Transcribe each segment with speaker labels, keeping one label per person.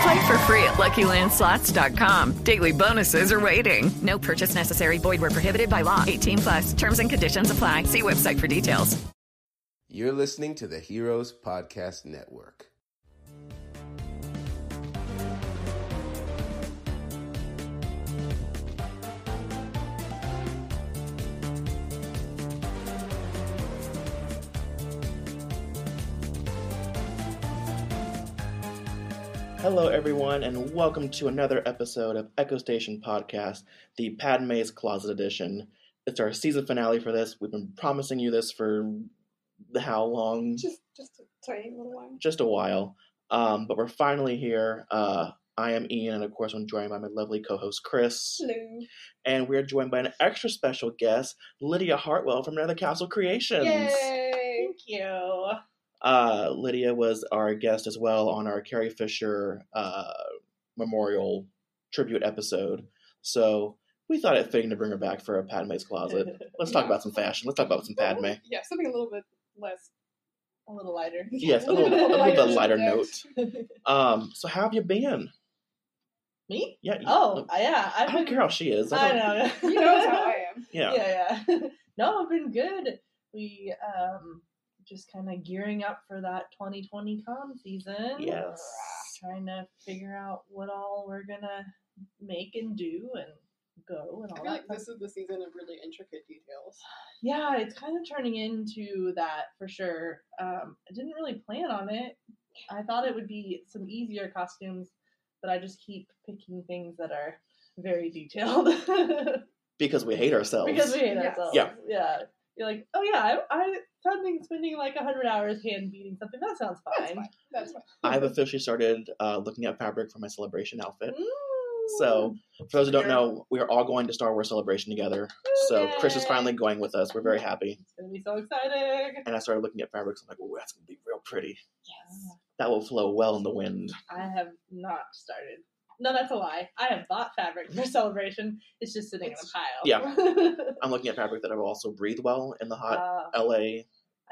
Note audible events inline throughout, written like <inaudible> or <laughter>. Speaker 1: Play for free at LuckyLandSlots.com. Daily bonuses are waiting. No purchase necessary. Void were prohibited by law. 18 plus. Terms and conditions apply. See website for details.
Speaker 2: You're listening to the Heroes Podcast Network.
Speaker 3: Hello, everyone, and welcome to another episode of Echo Station Podcast, the Padme's Closet Edition. It's our season finale for this. We've been promising you this for how long?
Speaker 4: just just a tiny little one.
Speaker 3: Just a while. Um, but we're finally here. Uh, I am Ian, and of course, I'm joined by my lovely co host, Chris.
Speaker 4: Hello.
Speaker 3: And we're joined by an extra special guest, Lydia Hartwell from Another Castle Creations.
Speaker 4: Yay! Thank you.
Speaker 3: Uh, Lydia was our guest as well on our Carrie Fisher uh, memorial tribute episode. So we thought it fitting to bring her back for a Padme's closet.
Speaker 5: <laughs>
Speaker 3: Let's talk about some fashion. Let's talk about some Padme.
Speaker 4: Yeah, something a little bit less, <laughs> a little lighter.
Speaker 3: Yes, a little- a little bit lighter note.
Speaker 5: <laughs>
Speaker 3: Um, so how have you been?
Speaker 5: Me?
Speaker 3: Yeah. you-
Speaker 5: Oh, yeah.
Speaker 3: I
Speaker 5: I've
Speaker 3: don't
Speaker 5: been,
Speaker 3: care how she is.
Speaker 5: I
Speaker 3: don't- <laughs>
Speaker 5: know.
Speaker 4: you know how I am.
Speaker 3: Yeah.
Speaker 5: Yeah, yeah. <laughs> no, I've been good. We um just kind of gearing up for that 2020 con season.
Speaker 3: Yes.
Speaker 5: Trying to figure out what all we're gonna make and do and go and all
Speaker 4: I
Speaker 5: that.
Speaker 4: feel like
Speaker 5: fun
Speaker 4: this is the season of really intricate details.
Speaker 5: <sighs> yeah, it's kind of turning into that for sure. Um, I didn't really plan on it. I thought it would be some easier costumes, but I just keep picking things that are very detailed <laughs>
Speaker 3: Because we hate ourselves.
Speaker 5: because we hate
Speaker 4: Yes.
Speaker 5: ourselves.
Speaker 3: Yeah.
Speaker 5: yeah. You're like, oh yeah, I, I something spending like hundred hours hand beating something. That sounds
Speaker 4: That's
Speaker 5: fine.
Speaker 4: fine. That's fine.
Speaker 3: I've officially started uh, looking at fabric for my celebration outfit.
Speaker 5: Mm.
Speaker 3: So, for those who don't
Speaker 5: Sure.
Speaker 3: know, we are all going to Star Wars Celebration together. So, Chris is
Speaker 5: Yay.
Speaker 3: finally going with us. We're very happy.
Speaker 5: It's gonna be so exciting.
Speaker 3: And I started looking at fabrics. I'm like, oh, that's going to be real pretty.
Speaker 5: Yes.
Speaker 3: That will flow well in the wind.
Speaker 5: I have not started. No, that's a lie. I have bought fabric for <laughs> celebration. It's just sitting
Speaker 4: It's-
Speaker 5: in a
Speaker 3: yeah.
Speaker 5: pile. <laughs>
Speaker 3: I'm looking at fabric that will also breathe well in the hot
Speaker 5: Uh,
Speaker 3: LA
Speaker 5: I-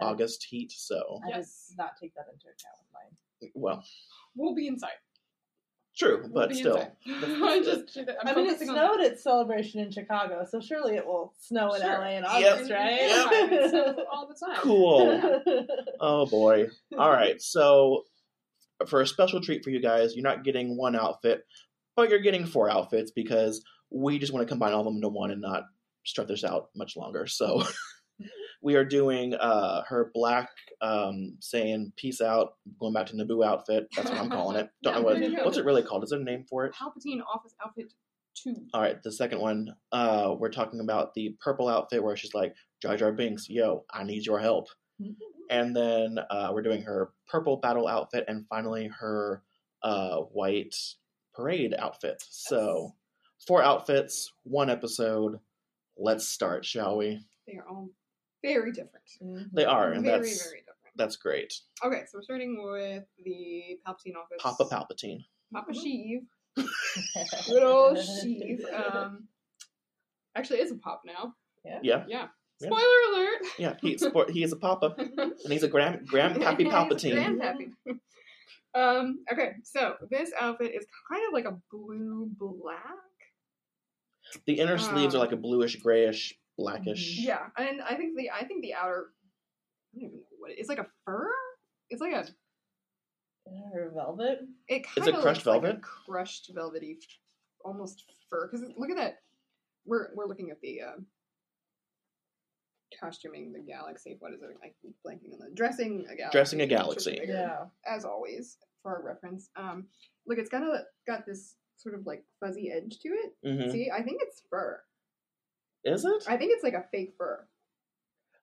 Speaker 3: August heat. So,
Speaker 5: I
Speaker 4: Yes.
Speaker 5: did not take that into account with mine.
Speaker 3: well,
Speaker 4: We'll be inside.
Speaker 3: true,
Speaker 4: We'll
Speaker 3: but
Speaker 4: be
Speaker 3: still.
Speaker 4: inside. I just. I'm
Speaker 5: i mean, it
Speaker 4: focusing on-
Speaker 5: snowed at Celebration in Chicago, so surely it will snow in
Speaker 4: Sure.
Speaker 5: LA in
Speaker 3: Yep.
Speaker 5: August,
Speaker 4: Yeah, <laughs>
Speaker 5: <laughs>
Speaker 4: it snows
Speaker 5: right?
Speaker 4: all the time.
Speaker 3: Cool. Oh boy. All right. So for a special treat for you guys, you're not getting one outfit, but you're getting four outfits because we just want to combine all of them into one and not stretch this out much longer. So <laughs> we are doing uh, her black um, saying peace out, going back to Naboo outfit. That's what I'm calling
Speaker 4: <laughs>
Speaker 3: it. Don't know what
Speaker 4: Yeah, there you go.
Speaker 3: what's it really called. Is there a name for it?
Speaker 4: Palpatine office outfit two.
Speaker 3: All right, the second one. Uh, we're talking about the purple outfit where she's like, Jar Jar Binks, yo, I need your help.
Speaker 4: Mm-hmm.
Speaker 3: And then uh, we're doing her purple battle outfit and finally her uh, white parade outfit. So, four outfits, one episode. Let's start, shall we?
Speaker 4: They are all very different.
Speaker 3: They are,
Speaker 4: Very,
Speaker 3: and
Speaker 4: very
Speaker 3: that's
Speaker 4: different.
Speaker 3: that's great.
Speaker 4: Okay, so we're starting with the Palpatine office.
Speaker 3: Papa Palpatine.
Speaker 5: Mm-hmm.
Speaker 4: Papa
Speaker 5: <laughs>
Speaker 4: Sheev. Good old Sheev. Um, actually, it's a pop now.
Speaker 3: Yeah,
Speaker 4: Yeah.
Speaker 3: Yeah.
Speaker 4: Spoiler alert!
Speaker 3: yeah. He support, he is a Papa,
Speaker 4: <laughs>
Speaker 3: and he's a Gram Gram Pappy
Speaker 4: He's
Speaker 3: Palpatine.
Speaker 4: Grandpappy. <laughs> um, okay, so this outfit is kind of like a blue black.
Speaker 3: the inner sleeves are
Speaker 4: Ah.
Speaker 3: like a bluish, grayish, blackish.
Speaker 4: Mm-hmm. Yeah, and I think the I think the outer. I don't even know what it is. Like a fur. It's like a.
Speaker 5: Or velvet.
Speaker 4: It
Speaker 3: a
Speaker 4: kind of looks
Speaker 3: crushed
Speaker 4: Like a
Speaker 3: velvet?
Speaker 4: crushed velvety, almost fur. Because look at that. We're we're looking at the. Uh, costuming the galaxy. What is it? I keep blanking on the dressing a galaxy.
Speaker 3: Dressing a
Speaker 4: which is
Speaker 3: galaxy.
Speaker 4: bigger,
Speaker 5: Yeah.
Speaker 4: As always, for our reference. Um, look, it's got a got this sort of like fuzzy edge to it.
Speaker 3: Mhm.
Speaker 4: See, I think it's fur.
Speaker 3: Is it?
Speaker 4: I think it's like a fake fur.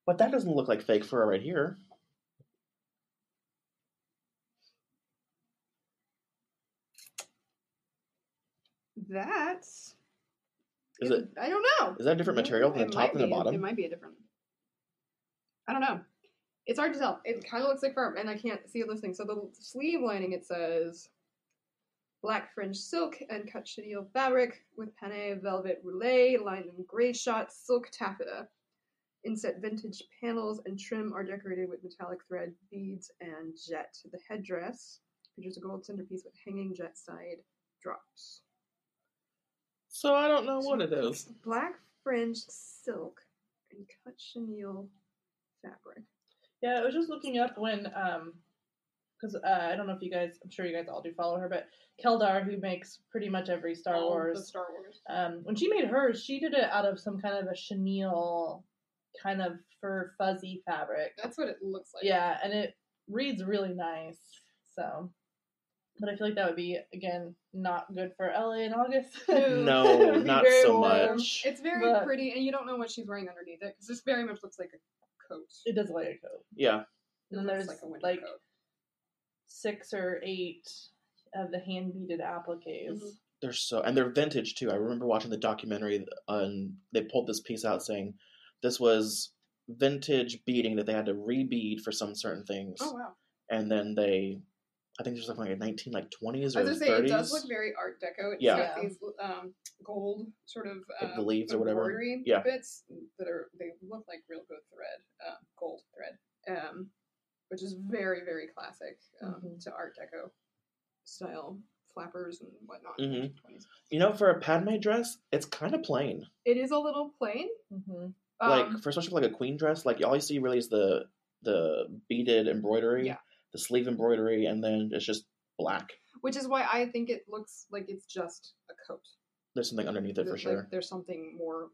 Speaker 3: But that doesn't look like fake fur right here.
Speaker 4: That's.
Speaker 3: Is it?
Speaker 4: I don't know.
Speaker 3: Is that a different material than the
Speaker 4: It
Speaker 3: top
Speaker 4: might
Speaker 3: and the
Speaker 4: be.
Speaker 3: bottom?
Speaker 4: It might be a different. I don't know. It's hard to tell. It kind of looks like fur, and I can't see those things. So the sleeve lining it says black fringe silk and cut chenille fabric with panne velvet roulé lined in gray shot silk taffeta. Inset vintage panels and trim are decorated with metallic thread, beads, and jet. The headdress features a gold centerpiece with hanging jet side drops.
Speaker 3: So I don't know what it is.
Speaker 4: Black fringe silk and cut chenille fabric.
Speaker 5: Yeah, I was just looking up when, um, because uh, I don't know if you guys, I'm sure you guys all do follow her, but Keldar, who makes pretty much every Star
Speaker 4: All
Speaker 5: Wars,
Speaker 4: The Star Wars.
Speaker 5: um, when she made hers, she did it out of some kind of a chenille, kind of fur fuzzy fabric.
Speaker 4: That's what it looks like.
Speaker 5: Yeah, and it reads really nice. So, but I feel like that would be again not good for LA in August. <laughs>
Speaker 3: No,
Speaker 5: It'd be
Speaker 3: not
Speaker 5: very
Speaker 3: so
Speaker 5: warm.
Speaker 3: much.
Speaker 4: It's very
Speaker 5: But-
Speaker 4: pretty, and you don't know what she's wearing underneath it because this very much looks like a coat. It
Speaker 5: It does look like a coat.
Speaker 3: Yeah.
Speaker 5: And then
Speaker 4: looks
Speaker 5: there's
Speaker 4: like a winter
Speaker 5: like
Speaker 4: coat.
Speaker 5: six or eight of the hand beaded appliques.
Speaker 4: Mhm.
Speaker 3: They're so, and they're vintage too. I remember watching the documentary, and they pulled this piece out saying this was vintage beading that they had to rebead for some certain things,
Speaker 4: Oh wow!
Speaker 3: and then they, I think there's like a nineteen like twenties
Speaker 4: I
Speaker 3: or
Speaker 4: was gonna say it does
Speaker 3: thirties.
Speaker 4: look very Art Deco. It's
Speaker 3: Yeah.
Speaker 4: got these um, gold sort of
Speaker 3: Like
Speaker 4: um,
Speaker 3: the leaves or whatever.
Speaker 4: embroidery
Speaker 3: Yeah.
Speaker 4: bits that are they look like real good thread, uh, gold thread, um, which is very very classic um,
Speaker 5: Mhm.
Speaker 4: to Art Deco style flappers and whatnot.
Speaker 3: Mhm.
Speaker 4: 1920s.
Speaker 3: You know, for a Padme dress, it's kind of plain.
Speaker 4: It is a little plain.
Speaker 5: hmm
Speaker 4: Um,
Speaker 3: like for especially for like a queen dress, like all you see really is the the beaded embroidery,
Speaker 4: Yeah.
Speaker 3: the sleeve embroidery, and then it's just black.
Speaker 4: which is why I think it looks like it's just a coat.
Speaker 3: There's something underneath it
Speaker 4: There's,
Speaker 3: for
Speaker 4: like,
Speaker 3: sure.
Speaker 4: there's something more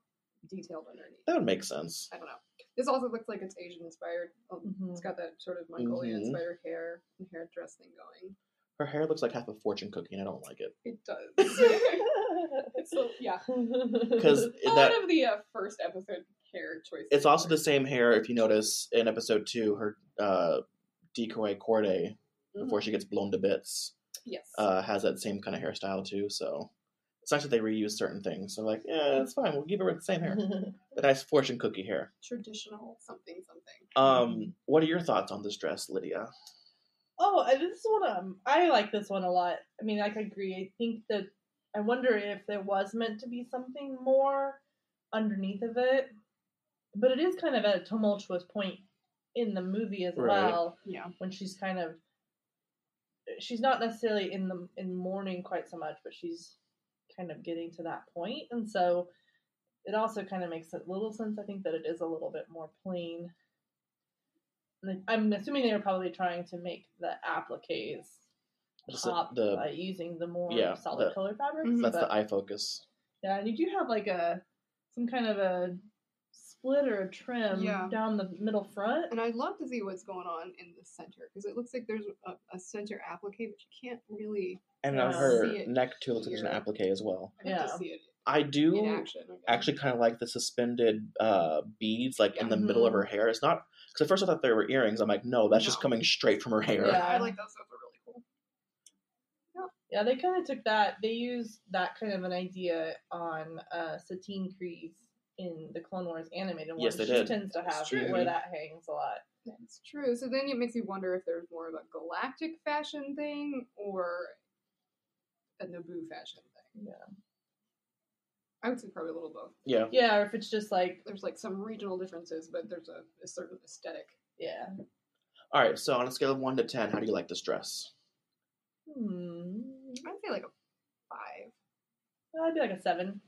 Speaker 4: detailed underneath.
Speaker 3: That would make sense.
Speaker 4: I don't know. This also looks like it's Asian inspired. Um,
Speaker 5: Mhm.
Speaker 4: It's got that sort of Mongolian
Speaker 3: <laughs> Mhm.
Speaker 4: inspired hair and hairdress thing going.
Speaker 3: Her hair looks like half a fortune cookie, and I don't like it
Speaker 4: It does. <laughs> it's so, yeah. <laughs>
Speaker 3: because
Speaker 4: A
Speaker 3: that
Speaker 4: lot of the uh, first episode hair choices.
Speaker 3: it's also
Speaker 4: are-
Speaker 3: the same hair. If you notice in episode two, her uh, decoy Corday before she gets blown to bits
Speaker 4: Mm-hmm. Yes.
Speaker 3: uh, has that same kind of hairstyle too. So it's nice that they reuse certain things. So like, yeah, it's fine. We'll give her the
Speaker 4: <laughs>
Speaker 3: same hair, the nice fortune cookie hair.
Speaker 4: Traditional something something. Mm-hmm.
Speaker 3: Um, what are your thoughts on this dress, Lydia?
Speaker 5: Oh, I- this one um, I like this one a lot. I mean, like, I agree. I think that I wonder if there was meant to be something more underneath of it, but it is kind of at a tumultuous point in the movie as
Speaker 3: Right.
Speaker 5: well
Speaker 4: Yeah.
Speaker 5: when she's kind of she's not necessarily in the in mourning quite so much, but she's kind of getting to that point, and so it also kind of makes a little sense. I think that it is a little bit more plain. And I- I'm assuming they were probably trying to make the appliques
Speaker 3: Just the-
Speaker 5: pop
Speaker 3: the-
Speaker 5: by using the more
Speaker 3: yeah,
Speaker 5: solid
Speaker 3: the-
Speaker 5: color fabrics.
Speaker 4: Mhm.
Speaker 3: That's
Speaker 5: but-
Speaker 3: the eye focus.
Speaker 5: yeah, and you do have like a some kind of a split or a trim
Speaker 4: Yeah.
Speaker 5: down the middle front.
Speaker 4: And I'd love to see what's going on in the center because it looks like there's a, a center applique, but you can't really.
Speaker 3: And
Speaker 5: Yeah.
Speaker 3: on her
Speaker 4: See it
Speaker 3: neck too looks like there's an
Speaker 4: here.
Speaker 3: applique as well.
Speaker 4: I have
Speaker 5: Yeah.
Speaker 4: to see it
Speaker 3: I
Speaker 4: in
Speaker 3: do
Speaker 4: action. I guess.
Speaker 3: actually kind of like the suspended uh, beads like in the middle of
Speaker 5: Mhm.
Speaker 3: her hair. It's not because at first I thought they were earrings. I'm like, no, that's just
Speaker 4: Mm-hmm. No.
Speaker 3: coming straight from her hair.
Speaker 4: Yeah,
Speaker 5: Yeah.
Speaker 4: I like those. Those are really cool.
Speaker 5: Yeah, they kind of took that. They used that kind of an idea on uh, Satine Kreese in the Clone Wars animated one.
Speaker 3: Yes, they
Speaker 5: she
Speaker 3: did.
Speaker 5: tends to have
Speaker 3: true.
Speaker 5: where that hangs a lot.
Speaker 4: That's true. So then it makes you wonder if there's more of a galactic fashion thing or a Naboo fashion thing.
Speaker 5: Yeah.
Speaker 4: I would say probably a little both.
Speaker 3: Yeah.
Speaker 5: Yeah, or if it's just like
Speaker 4: There's like some regional differences, but there's a, a certain aesthetic.
Speaker 5: yeah.
Speaker 3: All right. So on a scale of one to ten, how do you like this dress?
Speaker 5: Hmm.
Speaker 4: I'd say like a five.
Speaker 5: I'd be like a seven.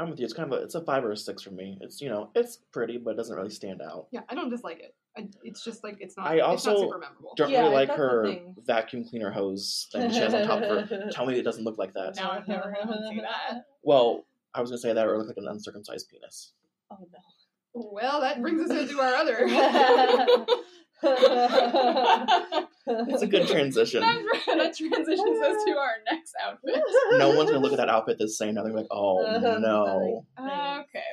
Speaker 3: I'm with you. It's kind of a, it's a five or a six for me. It's you know it's pretty, but it doesn't really stand out.
Speaker 4: Yeah, I don't dislike it. I, it's just like it's not.
Speaker 3: I
Speaker 4: it's
Speaker 3: also
Speaker 4: not super memorable.
Speaker 3: Don't
Speaker 5: Yeah,
Speaker 3: really like
Speaker 5: that's the
Speaker 3: her
Speaker 5: thing.
Speaker 3: vacuum cleaner hose thing she has on top of
Speaker 4: <laughs>
Speaker 3: her. Tell me it doesn't look like that.
Speaker 4: Now
Speaker 5: <laughs>
Speaker 4: I'm never gonna see that.
Speaker 3: Well, I was gonna say that, or it looked like an uncircumcised penis.
Speaker 5: Oh no. Well, that brings us into our <laughs> other.
Speaker 3: It's a
Speaker 4: <laughs>
Speaker 3: good transition.
Speaker 6: That, that transitions us to our next outfit.
Speaker 3: no one's gonna look at that outfit the same. Now they're like, oh
Speaker 5: <laughs>
Speaker 6: Uh-huh.
Speaker 3: no.
Speaker 6: Okay.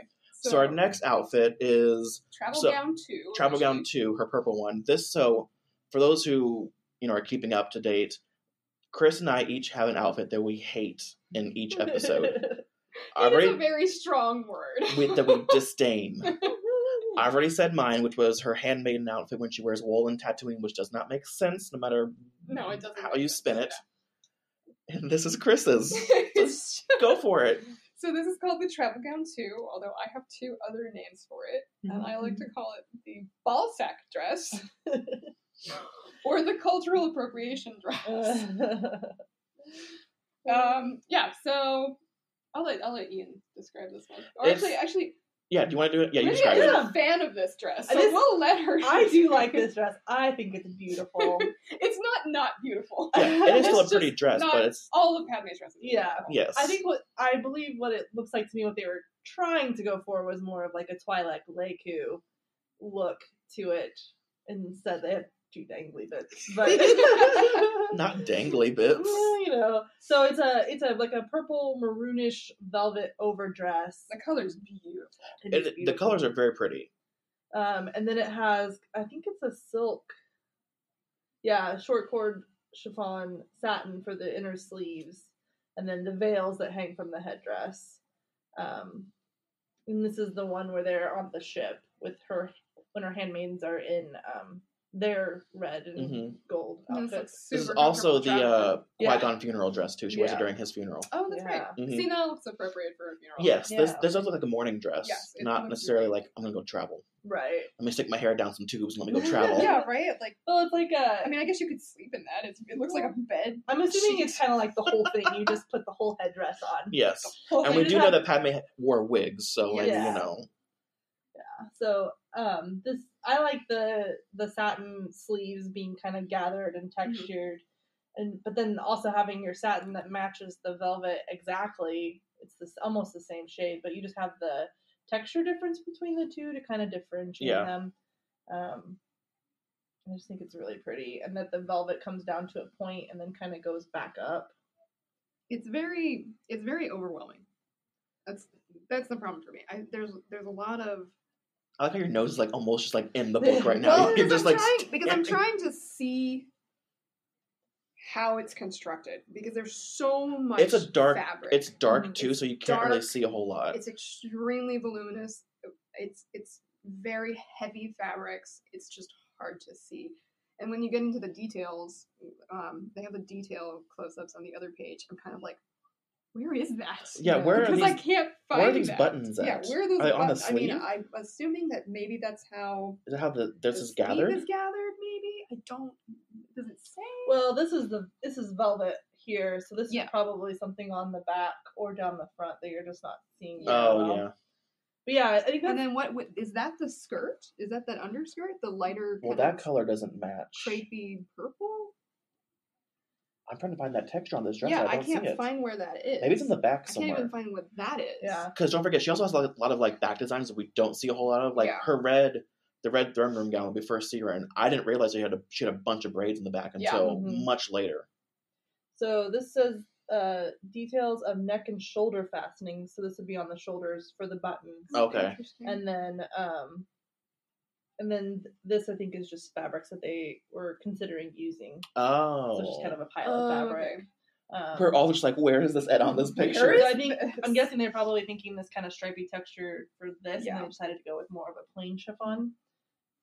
Speaker 3: So, our next outfit is
Speaker 6: Travel
Speaker 3: so-
Speaker 6: gown two.
Speaker 3: Travel gown two, her purple one. This so for those who you know are keeping up to date, Chris and I each have an outfit that we hate in
Speaker 6: <laughs>
Speaker 5: <laughs>
Speaker 3: each episode.
Speaker 6: It is a
Speaker 3: I've already
Speaker 6: very strong word.
Speaker 3: with that we disdain.
Speaker 6: <laughs>
Speaker 3: I've already said mine, which was her handmaiden outfit when she wears wool and tattooing, which does not make sense no matter
Speaker 6: No, it doesn't.
Speaker 3: how you spin it. And this
Speaker 6: <laughs>
Speaker 3: is Chris's.
Speaker 6: It's-
Speaker 3: Go for it.
Speaker 6: so this is called the travel gown two, although I have two other names for it, and I
Speaker 4: Mm-hmm.
Speaker 6: like to call it the ball sack
Speaker 4: <laughs>
Speaker 6: dress or the cultural appropriation dress.
Speaker 4: <laughs>
Speaker 6: um, yeah. So I'll let I'll let Ian describe this one. Or
Speaker 3: It's-
Speaker 6: actually, actually,
Speaker 3: Yeah, do you want to do it? Yeah, you
Speaker 6: Lydia
Speaker 3: describe
Speaker 6: is
Speaker 3: it.
Speaker 6: a fan of this dress, so
Speaker 4: This-
Speaker 6: we'll let her.
Speaker 4: I do like this dress. I think it's <laughs> beautiful.
Speaker 6: <laughs> It's not not beautiful.
Speaker 4: <laughs>
Speaker 3: Yeah, it is still a
Speaker 6: <laughs> It's
Speaker 3: pretty
Speaker 6: just
Speaker 3: dress,
Speaker 6: not-
Speaker 3: but it's
Speaker 6: all of Padme's dresses. are
Speaker 4: Yeah.
Speaker 6: beautiful.
Speaker 3: yes.
Speaker 4: I think what I believe what it looks like to me, what they were trying to go for was more of like a Twilight Leku look to it. Instead, they have two dangly bits, but
Speaker 3: not
Speaker 4: <laughs>
Speaker 3: dangly bits.
Speaker 4: Well, you know. So it's a it's a like a purple maroonish velvet overdress.
Speaker 6: The color's beautiful.
Speaker 4: It is
Speaker 3: And the
Speaker 4: beautiful.
Speaker 3: colors are very pretty.
Speaker 4: Um, and then it has I think it's a silk, yeah, short cord chiffon satin for the inner sleeves, and then the veils that hang from the headdress. Um, and this is the one where they're on the ship with her when her handmaidens are in um their red and
Speaker 3: hmm
Speaker 4: gold
Speaker 6: And it's, like,
Speaker 4: outfits.
Speaker 3: This is
Speaker 6: super
Speaker 3: also the
Speaker 6: comfortable
Speaker 3: uh,
Speaker 6: traveling.
Speaker 4: Yeah.
Speaker 3: Qui Gon funeral dress too. She wears it
Speaker 4: Yeah.
Speaker 3: during his funeral.
Speaker 6: Oh, that's right.
Speaker 4: Yeah.
Speaker 3: Mhm.
Speaker 6: See, now it's appropriate for a funeral.
Speaker 3: Yes, this
Speaker 4: Yeah.
Speaker 3: this also like a morning dress,
Speaker 6: Yes, it
Speaker 3: not
Speaker 6: looks
Speaker 3: necessarily
Speaker 6: great.
Speaker 3: like I'm gonna go travel.
Speaker 4: Right.
Speaker 3: Let me stick my hair down some tubes and let
Speaker 4: <laughs>
Speaker 3: me go travel.
Speaker 6: Yeah, right. Like,
Speaker 4: Well, it's like a.
Speaker 6: I mean, I guess you could sleep in that. It's, it looks like a bed.
Speaker 4: I'm assuming it's kind of like the whole thing. You
Speaker 3: <laughs>
Speaker 4: just put the whole headdress on.
Speaker 3: Yes,
Speaker 4: Well,
Speaker 3: and
Speaker 4: they
Speaker 3: we
Speaker 4: did
Speaker 3: do know
Speaker 4: have-
Speaker 3: that Padme wore wigs, so like,
Speaker 4: Yeah.
Speaker 3: you know,
Speaker 4: So um, this I like the the satin sleeves being kind of gathered and
Speaker 5: Mm-hmm.
Speaker 4: textured, and but then also having your satin that matches the velvet exactly. It's this almost the same shade, but you just have the texture difference between the two to kind of differentiate
Speaker 3: Yeah.
Speaker 4: them. Um, I just think it's really pretty, and that the velvet comes down to a point and then kind of goes back up.
Speaker 5: it's very it's very overwhelming. That's that's the problem for me. I, there's there's a lot of
Speaker 3: I like how your nose is like almost just like in the
Speaker 4: <laughs>
Speaker 3: book right
Speaker 5: <laughs>
Speaker 3: now.
Speaker 5: well,
Speaker 4: you
Speaker 3: <laughs> You're
Speaker 5: because,
Speaker 3: just
Speaker 5: I'm
Speaker 3: like
Speaker 5: trying, because I'm
Speaker 3: standing-
Speaker 5: trying to see how it's constructed because there's so much.
Speaker 3: It's a dark.
Speaker 5: fabric.
Speaker 3: It's dark
Speaker 5: Mhm.
Speaker 3: too,
Speaker 5: It's
Speaker 3: so you can't really
Speaker 5: dark.
Speaker 3: see a whole lot.
Speaker 5: It's extremely voluminous. It's it's very heavy fabrics. It's just hard to see. And when you get into the details, um, they have the detail close-ups on the other page. I'm kind of like, where is that?
Speaker 3: Yeah, where are
Speaker 5: because I
Speaker 3: these-
Speaker 5: can't
Speaker 3: where
Speaker 5: find
Speaker 3: are these
Speaker 5: that.
Speaker 3: buttons
Speaker 5: Yeah,
Speaker 3: at?
Speaker 5: where are those
Speaker 3: Are they on the
Speaker 5: buttons? I mean,
Speaker 3: sleeve?
Speaker 5: I'm assuming that maybe that's how
Speaker 3: Is that how the this
Speaker 5: the
Speaker 3: is
Speaker 5: sleeve
Speaker 3: gathered?
Speaker 5: Is gathered maybe? I don't. Does it say?
Speaker 4: Well, this is the this is velvet here, so this
Speaker 5: Yeah.
Speaker 4: is probably something on the back or down the front that you're just not seeing. very
Speaker 3: oh
Speaker 4: well.
Speaker 3: yeah.
Speaker 4: But yeah, I think that's
Speaker 5: And then what, what is that? The skirt? Is that that underskirt? The lighter,
Speaker 3: Well,
Speaker 5: kind
Speaker 3: that
Speaker 5: of
Speaker 3: color doesn't match.
Speaker 5: crepey purple.
Speaker 3: I'm trying to find that texture on this dress.
Speaker 5: yeah,
Speaker 3: and I
Speaker 5: I,
Speaker 3: don't see
Speaker 5: can't
Speaker 3: it.
Speaker 5: find where that is.
Speaker 3: Maybe it's in the back
Speaker 5: I can't even
Speaker 3: somewhere.
Speaker 5: find what that is.
Speaker 4: yeah.
Speaker 3: Because don't forget, she also has a lot of, lot of, like back designs that we don't see a whole lot of. Like
Speaker 5: Yeah.
Speaker 3: her red, the red throne room gown when we first see her, and I didn't realize she had a, she had a bunch of braids in the back
Speaker 6: Yeah.
Speaker 3: until
Speaker 4: Mhm.
Speaker 5: mm-hmm.
Speaker 3: much later.
Speaker 4: So this says uh, details of neck and shoulder fastenings. So this would be on the shoulders for the buttons,
Speaker 3: Okay.
Speaker 5: Interesting.
Speaker 4: and then um, and then this I think is just fabrics that they were considering using.
Speaker 3: Oh,
Speaker 4: So just kind of a pile
Speaker 5: Oh,
Speaker 4: of
Speaker 5: okay.
Speaker 4: fabric. Um,
Speaker 3: we're all just like, where is this at on
Speaker 5: <laughs>
Speaker 3: this
Speaker 4: Where
Speaker 3: picture?
Speaker 4: is
Speaker 3: It's
Speaker 4: I think I'm guessing they're probably thinking this kind of stripy texture for this,
Speaker 6: Yeah.
Speaker 4: and they decided to go with more of a plain chiffon.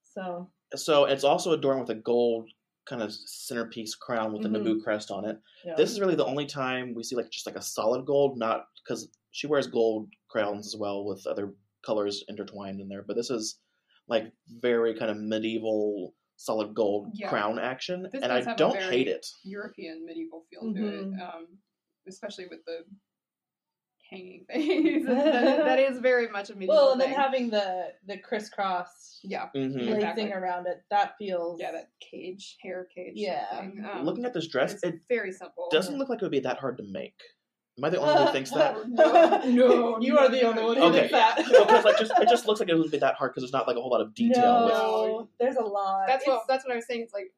Speaker 4: So
Speaker 3: So it's also adorned with a gold kind of centerpiece crown with a
Speaker 6: Mm-hmm.
Speaker 4: Mhm.
Speaker 3: Naboo crest on it.
Speaker 4: yeah.
Speaker 3: This is really the only time we see like just like a solid gold, not because she wears gold crowns as well with other colors intertwined in there. But this is like very kind of medieval solid gold
Speaker 6: Yeah.
Speaker 3: crown action,
Speaker 6: This
Speaker 3: and
Speaker 6: does
Speaker 3: I
Speaker 6: have a
Speaker 3: don't
Speaker 6: very-
Speaker 3: hate it.
Speaker 6: European medieval feel to
Speaker 4: Mhm.
Speaker 6: it, um, especially with the hanging <laughs> things. that, that is very much a medieval
Speaker 4: well, and then
Speaker 6: thing.
Speaker 4: having the the crisscross
Speaker 6: yeah,
Speaker 3: hmm
Speaker 4: lacing
Speaker 6: Exactly.
Speaker 4: around it, that feels
Speaker 6: yeah, that cage, hair cage.
Speaker 4: Yeah.
Speaker 6: thing. Um,
Speaker 3: Looking at this dress,
Speaker 6: it's
Speaker 3: it
Speaker 6: very simple. <laughs>
Speaker 3: doesn't look like it would be that hard to make. Am I the only one who thinks that?
Speaker 4: <laughs> No,
Speaker 6: <laughs>
Speaker 4: no, you are the only one who
Speaker 3: Okay,
Speaker 4: thinks that.
Speaker 3: because like just it just looks like it wouldn't be that hard because there's not like a whole lot of detail. with-
Speaker 4: No, there's a lot.
Speaker 5: That's
Speaker 4: It's-
Speaker 5: what that's what I was saying. It's like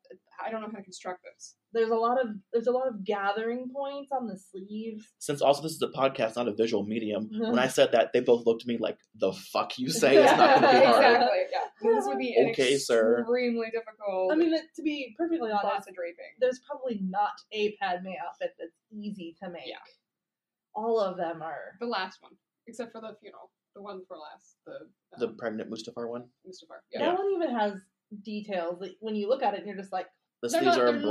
Speaker 5: I don't know how to construct this.
Speaker 4: there's a lot of there's a lot of gathering points on the sleeves.
Speaker 3: Since also this is a podcast, not a visual medium.
Speaker 4: Mm-hmm.
Speaker 3: When I said that, they both looked at me like, "The fuck you say? It's not going
Speaker 6: <laughs>
Speaker 4: <laughs>
Speaker 3: to be hard."
Speaker 5: Exactly. Yeah. This would be an
Speaker 3: Okay, sir.
Speaker 5: extremely difficult.
Speaker 4: I mean, that- to be perfectly honest,
Speaker 5: lots of draping.
Speaker 4: there's probably not a Padme outfit that's easy to make. All of them are.
Speaker 5: The last one, except for the funeral, the one for last, the um,
Speaker 3: The pregnant Mustafar one.
Speaker 5: Mustafar. Yeah.
Speaker 4: That one even has details that when you look at it, and you're just like,
Speaker 3: The
Speaker 5: They're
Speaker 3: sleeves
Speaker 5: not-
Speaker 3: are
Speaker 5: they're not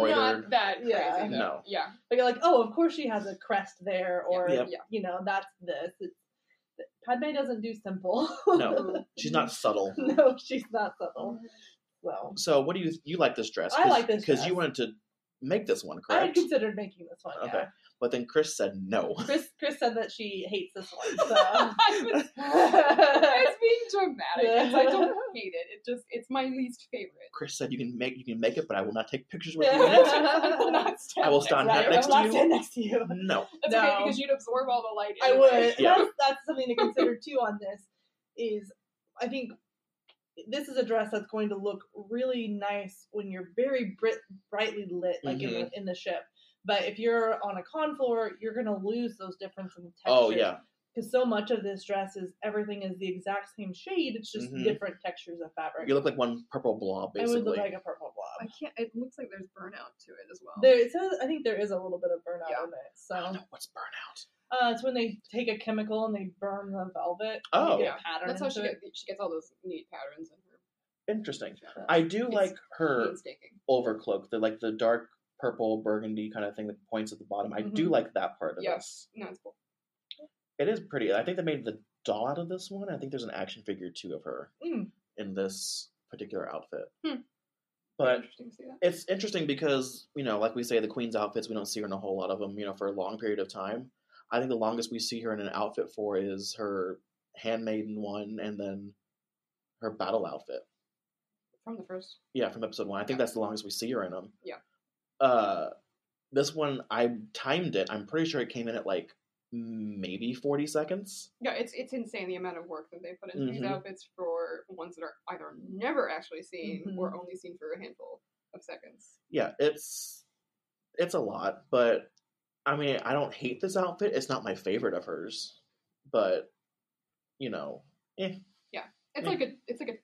Speaker 4: <laughs>
Speaker 3: embroidered.
Speaker 5: that crazy.
Speaker 4: Yeah.
Speaker 5: though.
Speaker 3: No.
Speaker 5: Yeah.
Speaker 4: but you're like, oh, of course she has a crest there, or
Speaker 3: Yep.
Speaker 4: you know, that's this. It's, Padme doesn't do simple.
Speaker 5: <laughs>
Speaker 3: No, she's not subtle.
Speaker 4: no, she's not subtle. So
Speaker 3: So, what do you you like this dress?
Speaker 4: I like this
Speaker 3: because you
Speaker 4: dress.
Speaker 3: wanted to make this one,
Speaker 4: I had
Speaker 3: correct?
Speaker 4: considered making this one.
Speaker 3: Okay,
Speaker 4: Yeah.
Speaker 3: but then Chris said no.
Speaker 4: Chris, Chris said that she hates this one. So.
Speaker 5: it's being dramatic. It's- I don't
Speaker 4: <laughs>
Speaker 5: hate it. It just it's my least favorite.
Speaker 3: Chris said you can make you can make it, but I will not take pictures <laughs>
Speaker 5: <laughs>
Speaker 3: with you. in it.
Speaker 5: I
Speaker 4: <laughs>
Speaker 5: will not stand
Speaker 3: I will
Speaker 5: next
Speaker 3: stand
Speaker 5: to
Speaker 3: right
Speaker 5: you.
Speaker 3: next to you.
Speaker 4: next to you.
Speaker 3: No,
Speaker 5: That's
Speaker 4: No.
Speaker 5: okay because you'd absorb all the light.
Speaker 4: I
Speaker 5: anyway.
Speaker 4: would.
Speaker 3: <laughs> Yeah.
Speaker 5: <laughs>
Speaker 4: That's, that's something to consider too on this. Is I think this is a dress that's going to look really nice when you're very bri- brightly lit, like in,
Speaker 3: Mhm.
Speaker 4: the, in the ship. But if you're on a con floor, you're going to lose those difference in textures.
Speaker 3: Oh, yeah.
Speaker 4: Because so much of this dress is everything is the exact same shade. It's just
Speaker 3: Mhm.
Speaker 4: different textures of fabric.
Speaker 3: you look like one purple blob,
Speaker 4: I
Speaker 3: basically.
Speaker 4: would look like a purple blob.
Speaker 5: I can't. It looks like there's burnout to it as well.
Speaker 4: There, it says, I think there is a little bit of burnout
Speaker 5: Yeah.
Speaker 4: in it. So
Speaker 3: What's burnout?
Speaker 4: uh, it's when they take a chemical and they burn the velvet. and
Speaker 3: Oh.
Speaker 4: they
Speaker 5: yeah,
Speaker 4: get a pattern
Speaker 5: that's how
Speaker 4: into
Speaker 5: she
Speaker 4: it.
Speaker 5: gets, she gets all those neat patterns in her
Speaker 3: Interesting. I do
Speaker 5: It's
Speaker 3: like her
Speaker 5: painstaking.
Speaker 3: overcloak, the like the dark purple burgundy kind of thing that points at the bottom. I do
Speaker 4: Mhm.
Speaker 3: like that part of this.
Speaker 5: Yes, no, it's cool.
Speaker 3: It is pretty. I think they made the doll out of this one. I think there's an action figure too of her
Speaker 4: Mm.
Speaker 3: in this particular outfit.
Speaker 5: Hmm.
Speaker 3: But
Speaker 5: interesting to see that.
Speaker 3: it's interesting because you know, like we say, the queen's outfits we don't see her in a whole lot of them. You know, for a long period of time. I think the longest we see her in an outfit for is her handmaiden one, and then her battle outfit.
Speaker 5: From the first,
Speaker 3: Yeah, from episode one. I think that's the longest we see her in them.
Speaker 5: Yeah.
Speaker 3: Uh, this one I timed it. I'm pretty sure it came in at like maybe 40 seconds.
Speaker 5: yeah, it's it's insane the amount of work that they put into these
Speaker 3: Mhm.
Speaker 5: outfits for ones that are either never actually seen
Speaker 4: Mhm.
Speaker 5: or only seen for a handful of seconds.
Speaker 3: Yeah, it's it's a lot, but I mean, I don't hate this outfit. It's not my favorite of hers, but you know, eh.
Speaker 5: It's
Speaker 3: Yeah.
Speaker 5: like a it's like a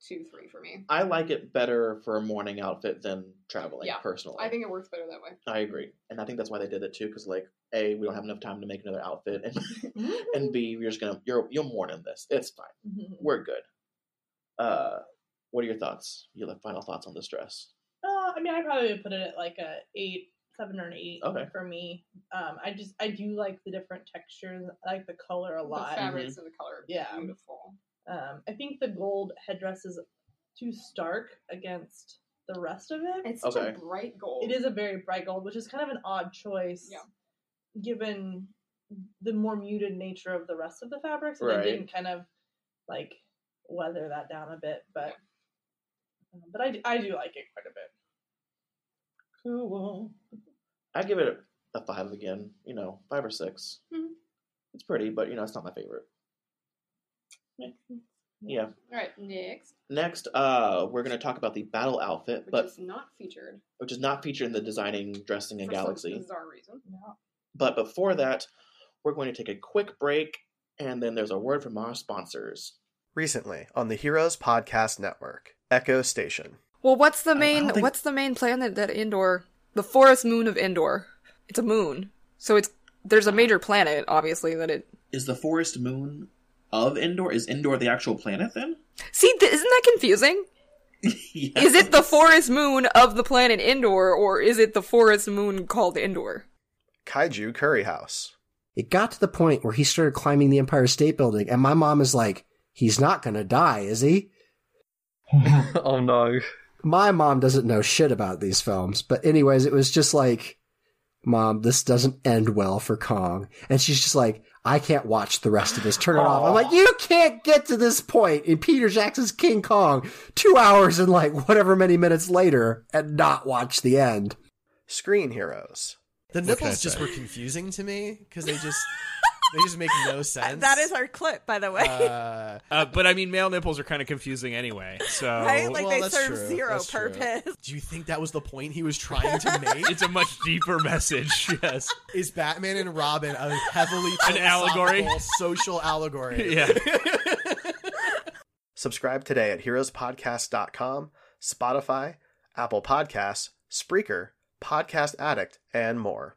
Speaker 5: two three for me.
Speaker 3: I like it better for a morning outfit than traveling
Speaker 5: Yeah,
Speaker 3: personally.
Speaker 5: I think it works better that way.
Speaker 3: I agree, and I think that's why they did it too. Because like, a, we don't have enough time to make another outfit, and
Speaker 5: <laughs>
Speaker 3: and b, you're just gonna you're you'll mourn in this. It's fine.
Speaker 4: Mhm.
Speaker 3: We're good. Uh, what are your thoughts? Your final thoughts on this dress?
Speaker 4: Uh, I mean, I probably would put it at like a eight, seven or an eight
Speaker 3: Okay.
Speaker 4: for me. Um, I just I do like the different textures, I like the color a lot.
Speaker 5: The fabrics
Speaker 3: Mm-hmm.
Speaker 5: and the color are
Speaker 4: Yeah.
Speaker 5: beautiful.
Speaker 4: Um, I think the gold headdress is too stark against the rest of it.
Speaker 5: It's such a
Speaker 3: Okay.
Speaker 5: bright gold.
Speaker 4: It is a very bright gold, which is kind of an odd choice,
Speaker 5: Yeah.
Speaker 4: given the more muted nature of the rest of the fabric. So
Speaker 3: Right.
Speaker 4: they didn't kind of like weather that down a bit, but but I, d- I do like it quite a bit.
Speaker 3: Cool. I give it a, a five again. You know, five or 6
Speaker 5: Mhm.
Speaker 3: It's pretty, but you know, it's not my favorite. Yeah. Yeah.
Speaker 5: All right, next,
Speaker 3: Next, uh, we're gonna talk about the battle outfit,
Speaker 5: which
Speaker 3: but
Speaker 5: is not featured
Speaker 3: which is not featured in the designing dressing and
Speaker 5: for some
Speaker 3: galaxy.
Speaker 5: bizarre reason.
Speaker 3: But before that, we're going to take a quick break, and then there's a word from our sponsors.
Speaker 2: Recently on the Heroes Podcast Network, Echo Station.
Speaker 7: Well, what's the
Speaker 2: don't
Speaker 7: main
Speaker 2: think-
Speaker 7: what's the main planet that Endor, the forest moon of Endor? It's a moon, so it's there's a major planet, obviously that it.
Speaker 3: Is the forest moon of Endor? Is Endor the actual planet then?
Speaker 7: See, th- isn't that
Speaker 2: <laughs>
Speaker 7: confusing? Is it the forest moon of the planet Endor, or is it the forest moon called Endor?
Speaker 2: Kaiju Curry House.
Speaker 8: It got to the point where he started climbing the Empire State Building, and my mom is like, he's not gonna die, is
Speaker 2: <laughs>
Speaker 8: he?
Speaker 9: oh no.
Speaker 8: My mom doesn't know shit about these films, but anyways, it was just like, Mom, this doesn't end well for Kong. And she's just like, I can't watch the rest of this. Turn it off. I'm like, you can't get to this point in Peter Jackson's King Kong two hours and like whatever many minutes later and not watch the end.
Speaker 2: Screen Heroes.
Speaker 10: The
Speaker 11: What can I
Speaker 10: nipples just
Speaker 11: say?
Speaker 10: were confusing to me because they
Speaker 11: <laughs>
Speaker 10: just they just make no sense.
Speaker 12: That is our clip, by the way.
Speaker 10: Uh,
Speaker 11: Uh, but I mean, male nipples are kind of confusing anyway. So
Speaker 3: Oh,
Speaker 12: Right? Like, they
Speaker 10: that's
Speaker 12: serve
Speaker 10: true.
Speaker 12: zero
Speaker 10: That's true.
Speaker 12: purpose.
Speaker 10: Do you think that was the point he was trying to make?
Speaker 11: it's a much deeper message. <laughs> Yes.
Speaker 10: is Batman and Robin a heavily
Speaker 11: An allegory?
Speaker 10: philosophical social
Speaker 11: <laughs>
Speaker 10: allegory?
Speaker 11: Yeah.
Speaker 2: Subscribe today at heroespodcast.com, Spotify, Apple Podcasts, Spreaker, Podcast Addict, and more.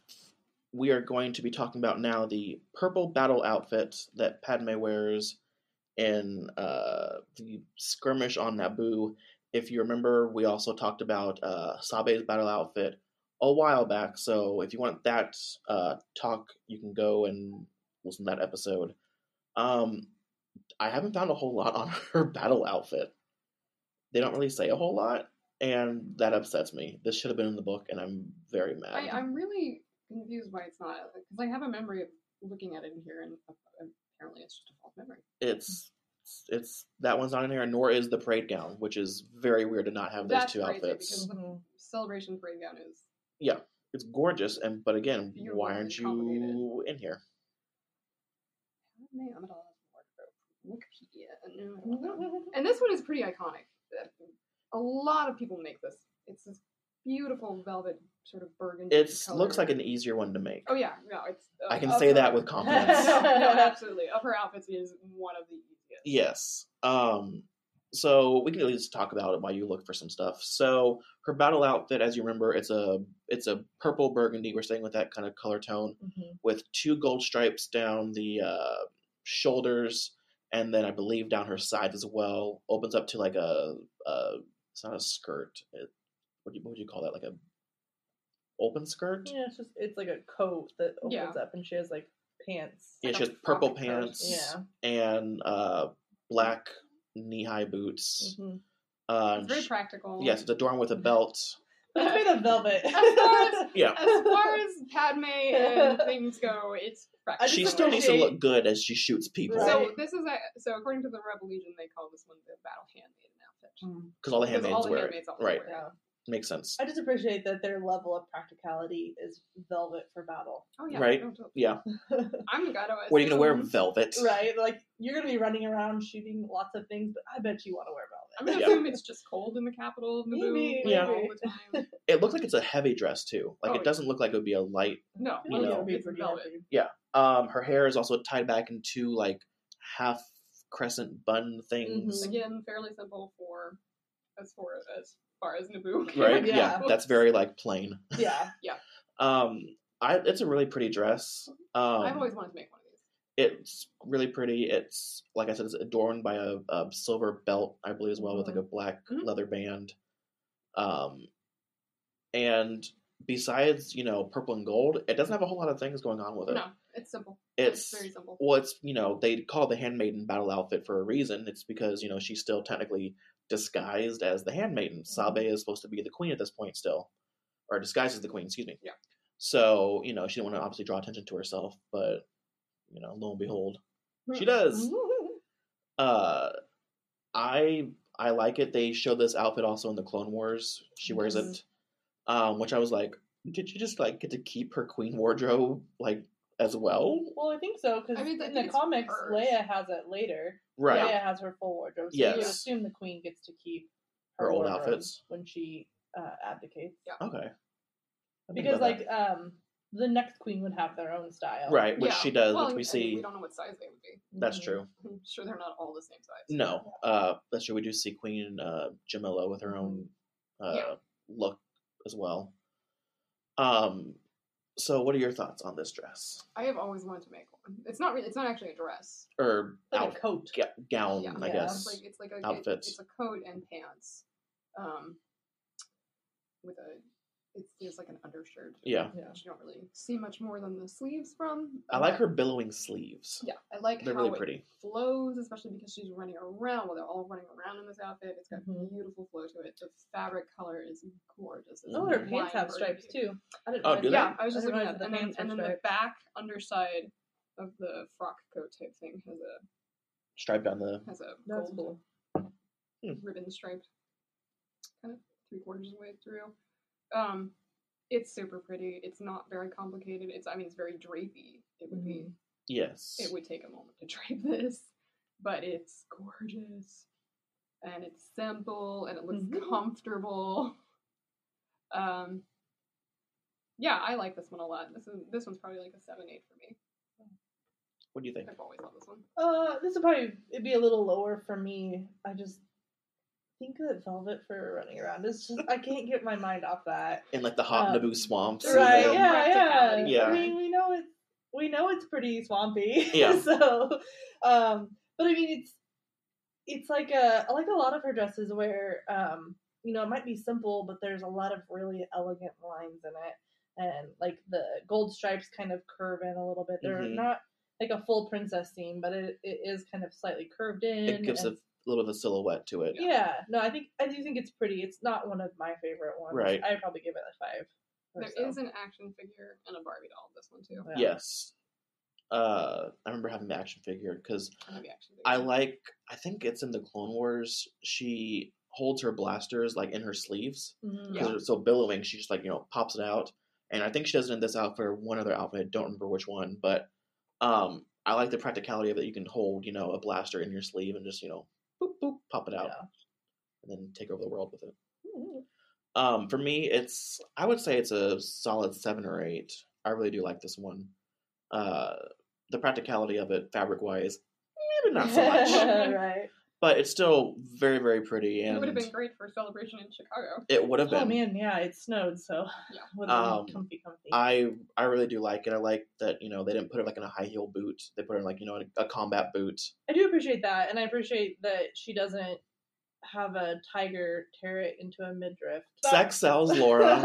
Speaker 3: we are going to be talking about now the purple battle outfit that Padme wears in uh, the skirmish on Naboo. If you remember, we also talked about uh, Sabe's battle outfit a while back. So if you want that uh, talk, you can go and listen to that episode. Um, I haven't found a whole lot on <laughs> her battle outfit. They don't really say a whole lot, and that upsets me. This should have been in the book, and I'm very mad.
Speaker 5: I, I'm really confused why it's not because I have a memory of looking at it in here, and uh, apparently it's just a false memory.
Speaker 3: it's it's that one's not in here, nor is the parade gown, which is very weird to not have those
Speaker 5: That's
Speaker 3: two
Speaker 5: crazy
Speaker 3: outfits.
Speaker 5: because the celebration parade gown is
Speaker 3: Yeah, it's gorgeous, and but again,
Speaker 5: You're
Speaker 3: why
Speaker 5: really
Speaker 3: aren't you in here?
Speaker 5: Man, I'm gonna have to look for
Speaker 4: Mm-hmm.
Speaker 5: Wikipedia. and this one is pretty iconic. A lot of people make this. It's this beautiful velvet sort of burgundy.
Speaker 3: It
Speaker 5: color.
Speaker 3: looks like an easier one to make.
Speaker 5: Oh yeah, no, it's.
Speaker 3: I can
Speaker 5: of
Speaker 3: say
Speaker 5: <laughs>
Speaker 3: that with confidence.
Speaker 5: no, absolutely. Of her outfits it is one of the easiest.
Speaker 3: Yes. Um, so we can at least talk about it while you look for some stuff. So her battle outfit, as you remember, it's a it's a purple burgundy. We're staying with that kind of color tone,
Speaker 4: Mhm.
Speaker 3: with two gold stripes down the uh, shoulders, and then I believe down her sides as well. Opens up to like a, a it's not a skirt. It, what, do you, what would you call that? Like a open skirt?
Speaker 4: Yeah, it's just it's like a coat that opens
Speaker 5: Yeah.
Speaker 4: up, and she has like pants.
Speaker 3: Yeah, she has purple pants
Speaker 4: Yeah.
Speaker 3: and uh, black knee high boots.
Speaker 4: Mhm.
Speaker 3: Uh,
Speaker 5: It's very
Speaker 3: sh-
Speaker 5: practical. <laughs>
Speaker 3: Yes, it's adorned with a belt.
Speaker 4: It's made of <laughs> velvet.
Speaker 3: Yeah.
Speaker 4: <laughs>
Speaker 5: As far as Padme and things go, it's practical.
Speaker 3: She still needs to look good as she shoots people
Speaker 5: So this is a, so according to the Rebel Legion, they call this one the battle handmaiden outfit.
Speaker 4: Mm-hmm.
Speaker 3: because all the
Speaker 5: Because
Speaker 3: handmaids
Speaker 5: all the
Speaker 3: wear
Speaker 5: handmaids
Speaker 3: it.
Speaker 5: also
Speaker 3: Right,
Speaker 5: wear it.
Speaker 3: makes sense.
Speaker 4: I just appreciate that their level of practicality is velvet for battle.
Speaker 5: Oh
Speaker 3: right? Yeah.
Speaker 5: I'm gonna.
Speaker 3: What are you gonna wear?
Speaker 5: assume-
Speaker 3: Velvet.
Speaker 4: Right, like you're gonna be running around shooting lots of things, but I bet you want to wear velvet.
Speaker 5: I'm gonna assume it's just cold in the capital of Naboo.
Speaker 4: Maybe,
Speaker 5: like,
Speaker 3: Yeah.
Speaker 5: all the time.
Speaker 3: It looks like it's a heavy dress too. Like
Speaker 5: Oh,
Speaker 3: it doesn't look like it would be a light.
Speaker 5: No,
Speaker 3: <laughs> You
Speaker 5: well,
Speaker 3: know.
Speaker 5: yeah, it's velvet.
Speaker 3: Yeah. Um, her hair is also tied back into like half crescent bun things.
Speaker 4: Mm-hmm,
Speaker 5: Again, fairly simple for as far as far as Naboo.
Speaker 3: Right. Yeah.
Speaker 5: <laughs>
Speaker 3: That's very like plain.
Speaker 4: yeah.
Speaker 5: Yeah.
Speaker 3: Um, I it's a really pretty dress. Um,
Speaker 5: I've always wanted to make one.
Speaker 3: it's really pretty. It's like I said, it's adorned by a, a silver belt, I believe, as well, with like a black
Speaker 5: Mhm.
Speaker 3: leather band. Um, and besides, you know, purple and gold, it doesn't have a whole lot of things going on with it.
Speaker 5: No, it's simple.
Speaker 3: It's
Speaker 5: very simple.
Speaker 3: well, it's you know they call the handmaiden battle outfit for a reason. It's because you know she's still technically disguised as the
Speaker 5: Mm-hmm.
Speaker 3: handmaiden. Sabe is supposed to be the queen at this point still, or disguised as the queen. Excuse me.
Speaker 5: Yeah.
Speaker 3: So you know she didn't want to obviously draw attention to herself, but you know lo and behold, she does.
Speaker 4: <laughs>
Speaker 3: Uh, I I like it. They showed this outfit also in the Clone Wars. She wears
Speaker 5: Yes.
Speaker 3: it, um, which I was like, did you just like get to keep her queen wardrobe like as well?
Speaker 4: Well, I think so because
Speaker 5: I mean, I
Speaker 4: in
Speaker 5: think
Speaker 4: the
Speaker 5: it's
Speaker 4: comics,
Speaker 5: hers.
Speaker 4: Leia has it later.
Speaker 3: Right.
Speaker 4: Leia has her full wardrobe. So you
Speaker 3: Yes.
Speaker 4: assume the queen gets to keep
Speaker 3: Her old
Speaker 4: wardrobe
Speaker 3: outfits.
Speaker 4: when she uh, abdicates. Yeah.
Speaker 3: Okay. I didn't know
Speaker 4: Because
Speaker 3: that.
Speaker 4: like uh, um, the next queen would have their own style.
Speaker 3: Right, which she does,
Speaker 5: Well,
Speaker 3: which we
Speaker 5: and
Speaker 3: see.
Speaker 5: We don't know what size they would be.
Speaker 3: That's
Speaker 4: Mm-hmm.
Speaker 3: true.
Speaker 5: I'm <laughs> sure they're not all the same size.
Speaker 3: No, uh, that's true. We do see Queen uh, Jamila with her own uh,
Speaker 5: Yeah.
Speaker 3: look as well. Um, so what are your thoughts on this dress
Speaker 5: I have always wanted to make one. It's not really. It's not actually a dress.
Speaker 3: or
Speaker 5: Like a
Speaker 3: outfit-
Speaker 4: coat,
Speaker 3: ga- gown? I
Speaker 5: Yeah,
Speaker 3: guess
Speaker 5: It's like, it's like a,
Speaker 3: outfits.
Speaker 5: It's a coat and pants. Um, with a. It feels like an undershirt.
Speaker 3: Yeah.
Speaker 5: Which you don't really see much more than the sleeves from.
Speaker 3: I like
Speaker 5: but-
Speaker 3: her billowing sleeves.
Speaker 5: Yeah, I like
Speaker 3: They're
Speaker 5: how
Speaker 3: really
Speaker 5: it
Speaker 3: pretty.
Speaker 5: flows, especially because she's running around. Well, they're all running around in this outfit. It's got
Speaker 4: Mm-hmm.
Speaker 5: beautiful flow to it. The fabric color is gorgeous. It's
Speaker 4: Oh, her
Speaker 5: lime
Speaker 4: pants have stripes
Speaker 5: burgundy.
Speaker 4: too. I didn't
Speaker 3: Oh, do they?
Speaker 5: Yeah, I was just
Speaker 4: I didn't
Speaker 5: looking
Speaker 4: realize the
Speaker 5: at the and then,
Speaker 4: pants
Speaker 5: and
Speaker 4: were
Speaker 5: then the
Speaker 4: striped.
Speaker 5: back underside of the frock coat type thing has a
Speaker 3: Stripe down the.
Speaker 5: has a
Speaker 4: That's
Speaker 5: gold ribbon striped, kind of three quarters of the way through. Um, it's super pretty. It's not very complicated. It's I mean it's very drapey. It would be
Speaker 4: Mm.
Speaker 3: Yes.
Speaker 5: it would take a moment to <laughs> drape this, but it's gorgeous and it's simple and it looks
Speaker 4: Mhm.
Speaker 5: comfortable. Um, yeah, I like this one a lot. This is this one's probably like a seven eight for me.
Speaker 3: What do you think?
Speaker 5: I've always loved this one.
Speaker 4: Uh, this would probably it'd be a little lower for me. I just think that velvet for running around is just I can't get my mind off that.
Speaker 3: In like the hot
Speaker 4: Uh,
Speaker 5: Um,
Speaker 3: Naboo swamps. and
Speaker 4: Right?
Speaker 3: the-
Speaker 4: Yeah, yeah,
Speaker 3: practicality. Yeah.
Speaker 4: I mean, we know it's we know it's pretty swampy.
Speaker 3: Yeah.
Speaker 4: <laughs> so, um, but I mean, it's it's like a I like a lot of her dresses where um, you know, it might be simple, but there's a lot of really elegant lines in it, and like the gold stripes kind of curve in a little bit. They're
Speaker 3: Mhm.
Speaker 4: not like a full princess theme, but it, it is kind of slightly curved in.
Speaker 3: It gives a
Speaker 4: and-
Speaker 3: little bit of silhouette to it.
Speaker 4: yeah. no, I think I do think it's pretty. It's not one of my favorite ones.
Speaker 3: Right.
Speaker 4: I probably give it a five. or
Speaker 5: There is
Speaker 4: so.
Speaker 5: an action figure and a Barbie doll. in This one too.
Speaker 3: Yes. Uh, I remember having the action figure because
Speaker 5: I love the action figure.
Speaker 3: I like. I think it's in the Clone Wars. She holds her blasters like in her sleeves
Speaker 4: Mhm.
Speaker 3: because it's so billowing. She just like you know pops it out, and I think she does it in this outfit or one other outfit. I don't remember which one, but um, I like the practicality of it. You can hold you know a blaster in your sleeve and just you know boop boop pop it out, and then take over the world with it. Um, for me, it's I would say it's a solid seven or eight. I really do like this one. Uh, the practicality of it, fabric wise,
Speaker 5: <laughs>
Speaker 3: maybe not so much,
Speaker 4: <laughs> right.
Speaker 3: but it's still very very pretty,
Speaker 5: It
Speaker 3: and
Speaker 5: would have been great for a celebration in Chicago.
Speaker 3: It would have been.
Speaker 4: Oh man, yeah, it snowed, so would have
Speaker 3: Um,
Speaker 4: been comfy, comfy.
Speaker 3: I I really do like it. I like that you know they didn't put it like in a high heel boot. They put it in like you know a, a combat boot.
Speaker 4: I do appreciate that, and I appreciate that she doesn't have a tiger tear it into a midriff.
Speaker 3: <laughs> Sex
Speaker 4: <laughs>
Speaker 3: sells, Laura.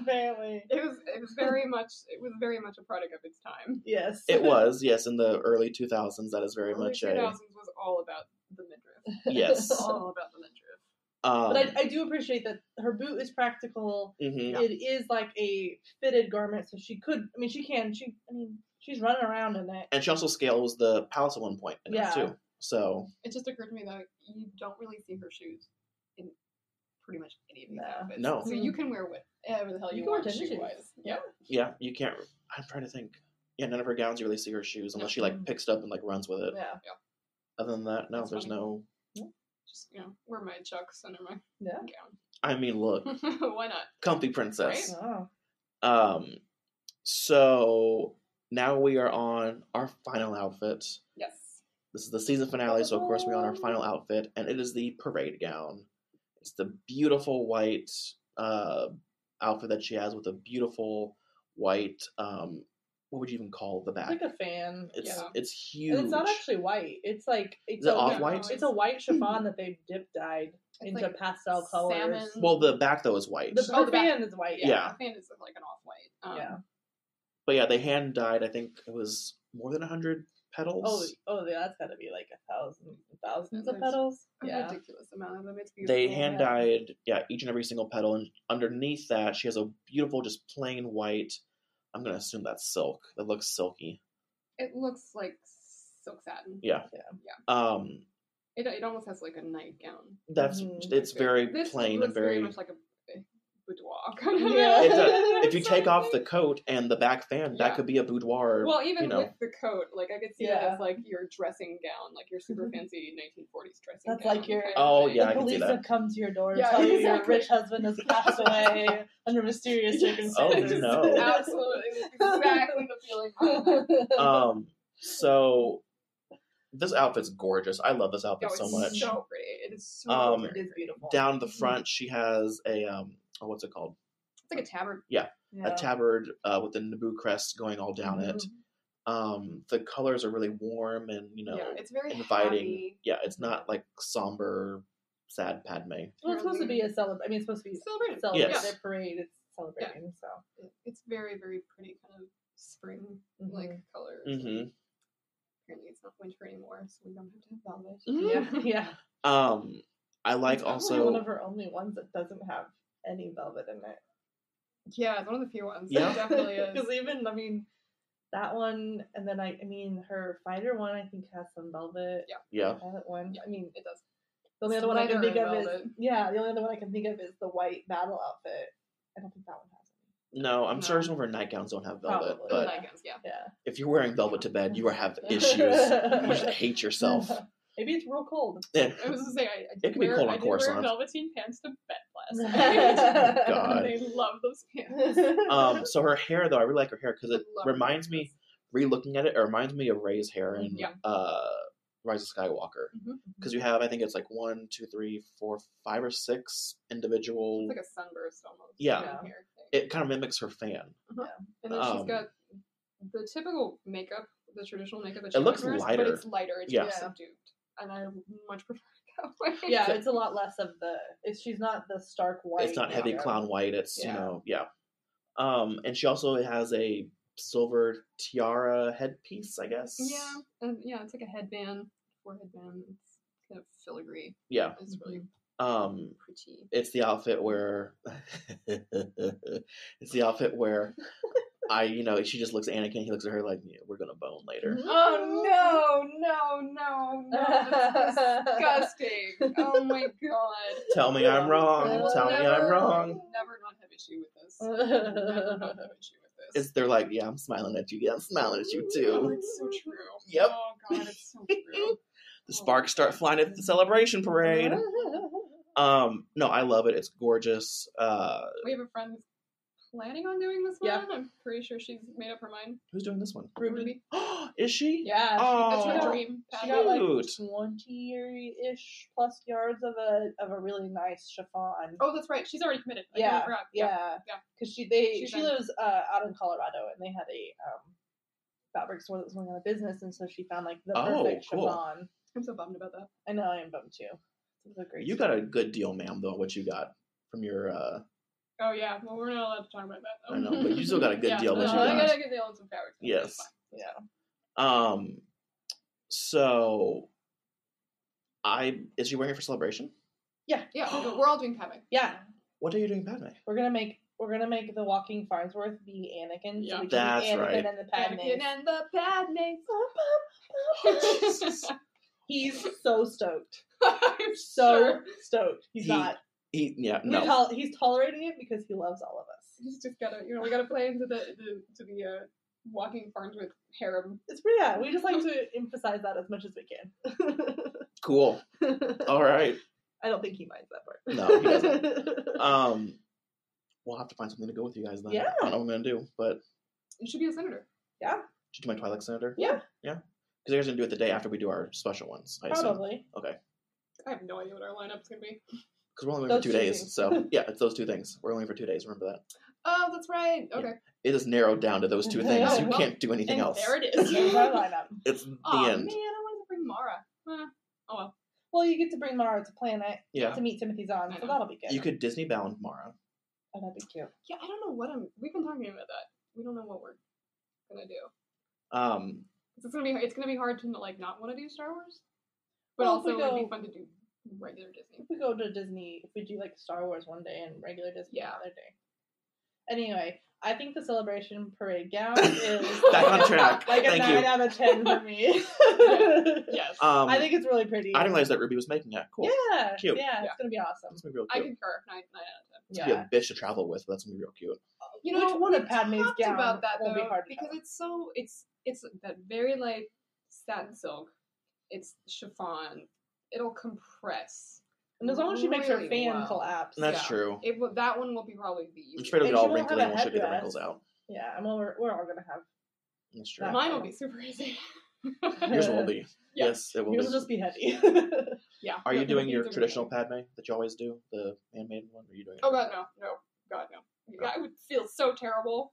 Speaker 4: Apparently,
Speaker 5: it was it was very much it was very much a product of its time.
Speaker 4: Yes,
Speaker 3: it was yes in the early two thousands. That is very
Speaker 4: Oh,
Speaker 5: Early
Speaker 3: much
Speaker 5: 2000s
Speaker 3: a
Speaker 4: <laughs>
Speaker 5: was all about the midriff.
Speaker 3: Yes.
Speaker 5: all about the midriff.
Speaker 3: um,
Speaker 4: but I, I do appreciate that her boot is practical.
Speaker 3: Mhm.
Speaker 4: It is like a fitted garment, so she could. I mean, she can. She. I mean, she's running around in it.
Speaker 3: and she also scales the palace at one point in
Speaker 4: Yeah.
Speaker 3: it too. So
Speaker 5: It just occurred to me that you don't really see her shoes in pretty much any of these outfits.
Speaker 3: No.
Speaker 5: So you can wear whatever the hell
Speaker 4: You
Speaker 5: you,
Speaker 4: can wear
Speaker 5: want
Speaker 4: tennis shoes.
Speaker 5: shoe wise. Yeah.
Speaker 3: yeah, you can't. I'm trying to think. Yeah, none of her gowns you really see her shoes unless she like picks it up and like runs with it.
Speaker 4: Yeah.
Speaker 3: Other than that, no,
Speaker 5: That's
Speaker 3: there's
Speaker 5: funny.
Speaker 3: no.
Speaker 5: Just you know, wear my chucks under my
Speaker 4: Yeah.
Speaker 3: I
Speaker 4: <laughs>
Speaker 3: mean, look,
Speaker 5: gown. <laughs> Why not?
Speaker 3: comfy princess.
Speaker 5: Right?
Speaker 4: Oh.
Speaker 3: Um, so now we are on our final outfit.
Speaker 5: Yes.
Speaker 3: This is the season finale, so of course we're on our final
Speaker 4: Oh.
Speaker 3: outfit, and it is the parade gown. It's the beautiful white uh, outfit that she has with a beautiful white. Um, what would you even call the back?
Speaker 4: It's like a fan.
Speaker 3: It's
Speaker 4: yeah.
Speaker 3: it's huge.
Speaker 4: And it's not actually white. It's like it's
Speaker 3: it
Speaker 4: a-
Speaker 3: off-white?
Speaker 4: It's a white chiffon that they've dip dyed into
Speaker 5: like
Speaker 4: pastel colors.
Speaker 5: salmon.
Speaker 3: well, the back though is white.
Speaker 4: The,
Speaker 5: Oh,
Speaker 4: her
Speaker 5: the back-
Speaker 4: fan is white.
Speaker 3: Yeah.
Speaker 5: The fan is like an off white. Um,
Speaker 4: Yeah.
Speaker 3: But yeah, they hand dyed. I think it was more than hundred petals.
Speaker 4: Oh, oh, yeah, that's got to be like a thousand, thousands of
Speaker 5: There's
Speaker 4: petals.
Speaker 5: A
Speaker 4: Yeah.
Speaker 5: ridiculous amount of them. It's beautiful.
Speaker 3: they hand dyed, yeah, each and every single petal, and underneath that, she has a beautiful, just plain white. I'm gonna assume that's silk. That looks silky.
Speaker 5: It looks like silk satin.
Speaker 3: Yeah.
Speaker 4: Yeah.
Speaker 3: Um,
Speaker 5: It, it almost has like a nightgown.
Speaker 3: that's
Speaker 4: Mhm.
Speaker 5: Mm-hmm.
Speaker 3: it's very
Speaker 5: This
Speaker 3: plain
Speaker 5: looks
Speaker 3: and very.
Speaker 5: very much like a eh, boudoir. kind of
Speaker 4: Yeah.
Speaker 3: It
Speaker 5: <laughs>
Speaker 3: does-
Speaker 4: That's
Speaker 3: if you take off the coat and the back fan, that
Speaker 5: Yeah.
Speaker 3: could be a boudoir.
Speaker 5: Well, even
Speaker 3: you know,
Speaker 5: with the coat, like I could see
Speaker 4: Yeah.
Speaker 5: that as like your dressing gown, like your
Speaker 4: <laughs>
Speaker 5: super fancy 1940s dressing
Speaker 4: That's
Speaker 5: gown.
Speaker 4: like your.
Speaker 5: kind of
Speaker 3: Oh,
Speaker 5: thing.
Speaker 3: yeah,
Speaker 4: the
Speaker 3: I can see
Speaker 4: police
Speaker 3: that.
Speaker 4: have come to your door and
Speaker 5: Yeah,
Speaker 4: tell you your
Speaker 5: exactly.
Speaker 4: rich husband has passed away <laughs> under mysterious
Speaker 3: Oh,
Speaker 4: circumstances.
Speaker 3: no.
Speaker 5: Absolutely, exactly the feeling. I had.
Speaker 3: <laughs>
Speaker 5: <laughs>
Speaker 3: um, so this outfit's gorgeous. I love this outfit
Speaker 5: Oh, it's
Speaker 3: so much.
Speaker 5: So pretty. It is so.
Speaker 3: Um,
Speaker 5: pretty.
Speaker 4: It is beautiful.
Speaker 3: Down the front, she has a um, oh, what's it called?
Speaker 5: It's like a tabard.
Speaker 3: Yeah,
Speaker 4: Yeah.
Speaker 3: a tabard uh, with the Naboo crest going all down it.
Speaker 4: Mm-hmm.
Speaker 3: Um, the colors are really warm and you know
Speaker 5: yeah, it's very
Speaker 3: inviting.
Speaker 5: happy.
Speaker 3: Yeah, it's not like somber sad Padme.
Speaker 4: Well, it's supposed to be a celebration. I mean, it's supposed to be
Speaker 5: Celebrating.
Speaker 4: Celebrate
Speaker 3: Yes.
Speaker 4: their parade. It's celebrating. So
Speaker 5: It- It's very, very pretty kind of spring like
Speaker 4: Mm-hmm.
Speaker 5: colors.
Speaker 3: Mhm.
Speaker 5: Apparently it's not winter anymore, so we don't have to have velvet.
Speaker 4: Mm-hmm. <laughs> yeah, yeah.
Speaker 3: Um, I like
Speaker 4: Probably one
Speaker 3: also.
Speaker 4: of her only ones that doesn't have any velvet in it.
Speaker 5: Yeah, it's one of the few ones.
Speaker 3: Yeah.
Speaker 5: It
Speaker 4: <laughs>
Speaker 5: definitely is.
Speaker 4: Because even I mean that one, and then I I mean her fighter one I think has some velvet. Yeah.
Speaker 3: Yeah.
Speaker 4: Pilot one. I mean
Speaker 5: it does.
Speaker 4: The only other one I can
Speaker 5: Leather
Speaker 4: think
Speaker 5: and
Speaker 4: of is
Speaker 5: velvet.
Speaker 4: yeah. The only other one I can think of is the white battle outfit. I don't think that one has.
Speaker 3: No, I'm sure some of her nightgowns don't have velvet,
Speaker 4: Probably.
Speaker 3: but
Speaker 4: Nightgowns,
Speaker 5: yeah.
Speaker 4: Yeah.
Speaker 3: if you're wearing velvet to bed, you
Speaker 4: <laughs>
Speaker 3: are have issues. you should hate yourself.
Speaker 4: Maybe it's real cold.
Speaker 3: Yeah.
Speaker 5: I was gonna say I, I did
Speaker 3: It can be
Speaker 5: wear,
Speaker 3: cold
Speaker 5: I
Speaker 3: on
Speaker 5: did wear
Speaker 3: Coruscant.
Speaker 5: velveteen pants to
Speaker 4: <laughs>
Speaker 5: bed last night. <laughs>
Speaker 3: God.
Speaker 5: They love those pants.
Speaker 3: <laughs> Um, so her hair though, I really like her hair because it
Speaker 5: love
Speaker 3: reminds me, re-looking at it, it reminds me of Ray's hair in
Speaker 5: Yeah. Mm-hmm,
Speaker 3: uh, Rise of Skywalker. Because you have, I think it's like one, two, three, four, five or six individual.
Speaker 5: It's like a sunburst almost.
Speaker 3: yeah,
Speaker 5: kind of hair thing.
Speaker 3: it kind of mimics her fan.
Speaker 5: Uh-huh. And then
Speaker 3: Um,
Speaker 5: she's got the typical makeup, the traditional makeup. That
Speaker 3: It
Speaker 5: she
Speaker 3: looks
Speaker 5: wears,
Speaker 3: lighter.
Speaker 5: but it's lighter. It's
Speaker 3: Yeah.
Speaker 5: more
Speaker 3: Yeah.
Speaker 5: subdued, and I much prefer it that <laughs> way.
Speaker 4: Yeah, it's a lot less of the. It's, she's not the stark white.
Speaker 3: it's not heavy
Speaker 4: you know.
Speaker 3: clown white. It's
Speaker 4: Yeah.
Speaker 3: you know yeah. Um, and she also has a silver tiara headpiece, I guess.
Speaker 5: Yeah, and yeah, it's like a headband, forehead band. It's kind of filigree.
Speaker 3: Yeah.
Speaker 5: it's really
Speaker 3: Um,
Speaker 5: pretty.
Speaker 3: it's the outfit where <laughs> it's the outfit where
Speaker 5: <laughs>
Speaker 3: I, you know, she just looks at Anakin. He looks at her like, yeah, "We're gonna bone later."
Speaker 4: Mm-hmm.
Speaker 5: Oh no, no, no, no!
Speaker 4: <laughs>
Speaker 5: That's disgusting. Oh my god.
Speaker 3: Tell me I'm wrong.
Speaker 5: We'll
Speaker 3: Tell me
Speaker 5: never-
Speaker 3: I'm wrong.
Speaker 5: Never not have issue with this. Never not have issue with this.
Speaker 4: <laughs>
Speaker 3: It's they're like, "Yeah, I'm smiling at you. Yeah, I'm smiling at you
Speaker 5: Oh,
Speaker 3: too."
Speaker 5: it's so true.
Speaker 3: Yep.
Speaker 5: Oh god, it's so
Speaker 3: <laughs>
Speaker 5: true.
Speaker 3: The sparks start flying at the
Speaker 4: <laughs>
Speaker 3: celebration parade. Um, no, I love it. It's gorgeous. Uh,
Speaker 5: we have a friend who's planning on doing this one.
Speaker 4: Yeah.
Speaker 5: I'm pretty sure she's made up her mind.
Speaker 3: who's doing this one?
Speaker 5: Ruby.
Speaker 3: <gasps> Is she?
Speaker 4: Yeah,
Speaker 3: Oh,
Speaker 4: she, that's her
Speaker 5: dream.
Speaker 4: She got like
Speaker 3: Cute.
Speaker 4: twenty-ish plus yards of a of a really nice chiffon.
Speaker 5: Oh, that's right. She's already committed. I
Speaker 4: yeah,
Speaker 5: totally forgot.
Speaker 4: yeah,
Speaker 5: yeah.
Speaker 4: Because she they
Speaker 5: She's
Speaker 4: she
Speaker 5: done.
Speaker 4: lives uh, out in Colorado, and they had a um, fabric store that was going out of business, and so she found like the
Speaker 3: Oh,
Speaker 4: perfect
Speaker 3: cool.
Speaker 4: chiffon.
Speaker 5: I'm so bummed about that.
Speaker 4: I know, I am bummed too. It was a great.
Speaker 3: You
Speaker 4: store.
Speaker 3: got a good deal, ma'am. Though what you got from your, uh,
Speaker 5: Oh yeah. Well, we're not allowed to talk about that.
Speaker 3: I know, but you still got a
Speaker 5: <laughs>
Speaker 3: good
Speaker 5: yeah,
Speaker 3: deal
Speaker 5: No,
Speaker 3: that you
Speaker 5: I
Speaker 3: got.
Speaker 5: got a good deal on some fabrics.
Speaker 3: yes.
Speaker 4: Yeah.
Speaker 3: Um, so I is she wearing it for celebration?
Speaker 4: Yeah,
Speaker 5: yeah. We're, we're all doing Padme.
Speaker 4: Yeah,
Speaker 3: What are you doing, Padme?
Speaker 4: we're gonna make we're gonna make the walking Farnsworth be Anakin. so we can be
Speaker 3: That's
Speaker 4: Anakin
Speaker 3: right.
Speaker 4: and the Padme.
Speaker 5: Anakin and the Padme.
Speaker 4: <laughs>
Speaker 5: <laughs>
Speaker 4: He's so stoked. I'm so stoked. He's
Speaker 3: He-
Speaker 4: not.
Speaker 3: He, yeah,
Speaker 4: We
Speaker 3: no.
Speaker 4: tol- he's tolerating it because he loves all of us.
Speaker 5: He's just gotta, you know, we gotta play into the, the to the uh, walking Farnsworth harem.
Speaker 4: It's pretty. Yeah, we just like to emphasize that as much as we can. <laughs>
Speaker 3: cool. All right.
Speaker 4: I don't think he minds that part.
Speaker 3: No, he
Speaker 4: <laughs>
Speaker 3: doesn't. Um, we'll have to find something to go with you guys then.
Speaker 4: Yeah.
Speaker 3: I don't know what I'm gonna do, but
Speaker 5: You should be a senator.
Speaker 4: Yeah,
Speaker 3: should I do my Twilight Senator.
Speaker 4: Yeah.
Speaker 3: yeah. Because you guys gonna do it the day after we do our special ones. I assume.
Speaker 4: probably.
Speaker 3: Okay.
Speaker 5: I have no idea what our lineup's gonna be.
Speaker 3: Because we're only going for
Speaker 4: Those
Speaker 3: two
Speaker 4: two
Speaker 3: days,
Speaker 4: things. <laughs>
Speaker 3: so yeah, it's those two things. We're only for two days. Remember that.
Speaker 5: Oh, that's right. Okay.
Speaker 3: It is narrowed down
Speaker 4: <laughs>
Speaker 3: to those two things. You can't do anything else.
Speaker 5: There it is.
Speaker 4: There's our lineup.
Speaker 3: It's the
Speaker 5: Aw,
Speaker 3: end.
Speaker 5: man, I wanted to bring Mara. Eh, oh well.
Speaker 4: Well, you get to bring Mara to planet
Speaker 3: Yeah.
Speaker 4: to meet Timothy Zahn, so that'll be good.
Speaker 3: You could Disney bound Mara.
Speaker 4: Oh, that'd be cute.
Speaker 5: Yeah, I don't know what I'm. We've been talking about that. We don't know what we're gonna do.
Speaker 3: Um,
Speaker 4: <laughs>
Speaker 5: 'Cause It's gonna be. It's gonna be hard to like not want to do Star Wars, but
Speaker 4: Well, if
Speaker 5: also
Speaker 4: we
Speaker 5: it'd
Speaker 4: go-
Speaker 5: be fun to do regular Disney.
Speaker 4: If we go to Disney, if we do like Star Wars one day and regular Disney
Speaker 5: Yeah.
Speaker 4: another day. Anyway, I think the celebration parade
Speaker 3: <laughs>
Speaker 4: gown is
Speaker 3: Back on
Speaker 4: <laughs>
Speaker 3: track.
Speaker 4: Like a
Speaker 3: Thank you.
Speaker 4: nine out of ten for
Speaker 5: <laughs>
Speaker 4: me. <laughs>
Speaker 5: Yes.
Speaker 3: Um,
Speaker 4: I think it's really pretty.
Speaker 3: I didn't realize that Ruby was making that. Cool.
Speaker 4: Yeah,
Speaker 3: Cute.
Speaker 4: yeah, it's gonna be awesome.
Speaker 3: It's gonna be real
Speaker 5: I
Speaker 3: cute.
Speaker 5: concur. Nine, nine out of
Speaker 3: It's
Speaker 5: ten.
Speaker 3: gonna be a bitch to travel with, but that's gonna be real cute.
Speaker 5: You know,
Speaker 4: Which one
Speaker 5: we
Speaker 4: of Padme's
Speaker 5: talked
Speaker 4: gown
Speaker 5: about that though,
Speaker 4: won't be hard to
Speaker 5: because it's so it's it's that very light satin silk. It's chiffon. It'll compress.
Speaker 4: And as long as she makes her
Speaker 5: really
Speaker 4: fan
Speaker 5: well.
Speaker 4: collapse,
Speaker 3: That's true.
Speaker 5: It will, that one will be probably the
Speaker 3: I'm
Speaker 5: easiest.
Speaker 3: afraid it'll
Speaker 4: And
Speaker 3: get
Speaker 4: she
Speaker 3: all
Speaker 4: won't have
Speaker 3: wrinkly
Speaker 4: a
Speaker 3: and we'll shake the
Speaker 4: headdress.
Speaker 3: wrinkles out.
Speaker 4: yeah, I'm all, we're, we're all gonna have.
Speaker 3: That's true.
Speaker 5: Mine will
Speaker 4: <laughs>
Speaker 5: be super easy.
Speaker 3: <laughs> Yours will be. Yes, it will
Speaker 4: Yours
Speaker 3: be.
Speaker 4: will just be heavy.
Speaker 5: <laughs> yeah.
Speaker 3: Are
Speaker 4: <laughs>
Speaker 5: Yeah,
Speaker 3: you
Speaker 5: it'll
Speaker 3: doing
Speaker 5: be
Speaker 3: your
Speaker 5: easier.
Speaker 3: traditional Padme that you always do, the handmade one? Or are you doing? Oh.
Speaker 5: Oh god, no, no, god, no. I would feel so terrible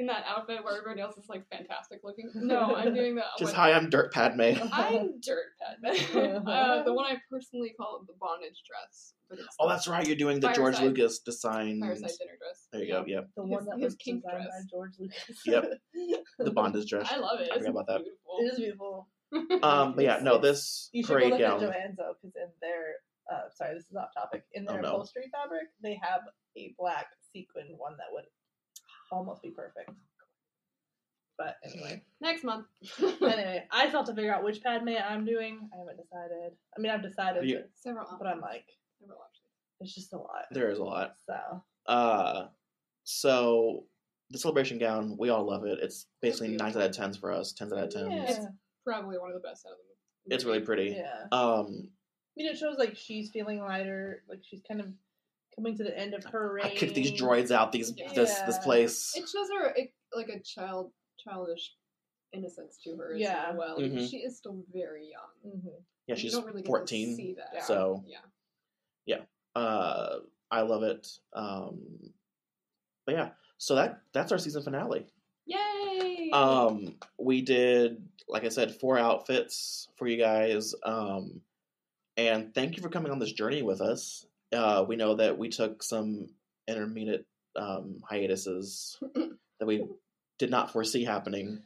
Speaker 5: in that outfit where everybody else is like fantastic looking. No, I'm doing the
Speaker 3: <laughs> Just
Speaker 5: one-
Speaker 3: hi, I'm
Speaker 4: <laughs>
Speaker 3: Dirt Padme.
Speaker 5: I'm dirt Padme. uh, the one I personally call the bondage dress. But it's
Speaker 3: <laughs> Oh,
Speaker 5: the
Speaker 3: that's right. You're doing the George
Speaker 5: fireside-
Speaker 3: Lucas designed.
Speaker 5: fireside dinner dress.
Speaker 3: There you go. Yep.
Speaker 4: The one
Speaker 5: His-
Speaker 4: that
Speaker 5: his
Speaker 4: was
Speaker 5: kink
Speaker 4: designed by
Speaker 5: dress.
Speaker 4: George Lucas.
Speaker 3: Yep.
Speaker 4: <laughs>
Speaker 3: The bondage dress.
Speaker 4: I love it.
Speaker 3: I forgot about that.
Speaker 4: It is beautiful.
Speaker 3: Um, but yeah, no, this
Speaker 4: You should go
Speaker 3: parade
Speaker 4: look at
Speaker 3: gown.
Speaker 4: Joanne's though, because in their uh, sorry, this is off topic. In their
Speaker 3: Oh, no.
Speaker 4: upholstery fabric, they have a black sequined one that would almost be perfect. But anyway,
Speaker 5: next
Speaker 4: <laughs>
Speaker 5: month. <laughs>
Speaker 4: anyway, I still have to figure out which Padme I'm doing. I haven't decided. I mean, I've decided
Speaker 3: You-
Speaker 4: but- but I'm like, it's just a lot.
Speaker 3: There is a lot.
Speaker 4: So
Speaker 3: Uh, so the celebration gown, we all love it. It's basically nines out of tens for us, tens out of tens.
Speaker 4: Yeah.
Speaker 5: probably one of the best out of them.
Speaker 3: It's really pretty.
Speaker 4: Yeah.
Speaker 3: Um,
Speaker 4: I mean, it shows like she's feeling lighter, like she's kind of coming to the end of her reign.
Speaker 3: I kicked these droids out. These this this
Speaker 4: Yeah.
Speaker 3: place.
Speaker 5: It shows her it, like a child, childish innocence to her.
Speaker 4: Yeah. Mm-hmm.
Speaker 5: as well, Like,
Speaker 3: Mhm.
Speaker 5: she is still very young.
Speaker 3: Yeah,
Speaker 5: You
Speaker 3: she's
Speaker 5: don't really get to
Speaker 3: 14,
Speaker 5: see that.
Speaker 3: Yeah. so-
Speaker 5: yeah,
Speaker 3: yeah uh i love it um but yeah so that that's our season finale
Speaker 5: yay!
Speaker 3: <laughs>
Speaker 5: <laughs>
Speaker 3: um we did like i said four outfits for you guys um and thank you for coming on this journey with us uh we know that we took some intermediate um hiatuses that we did not foresee happening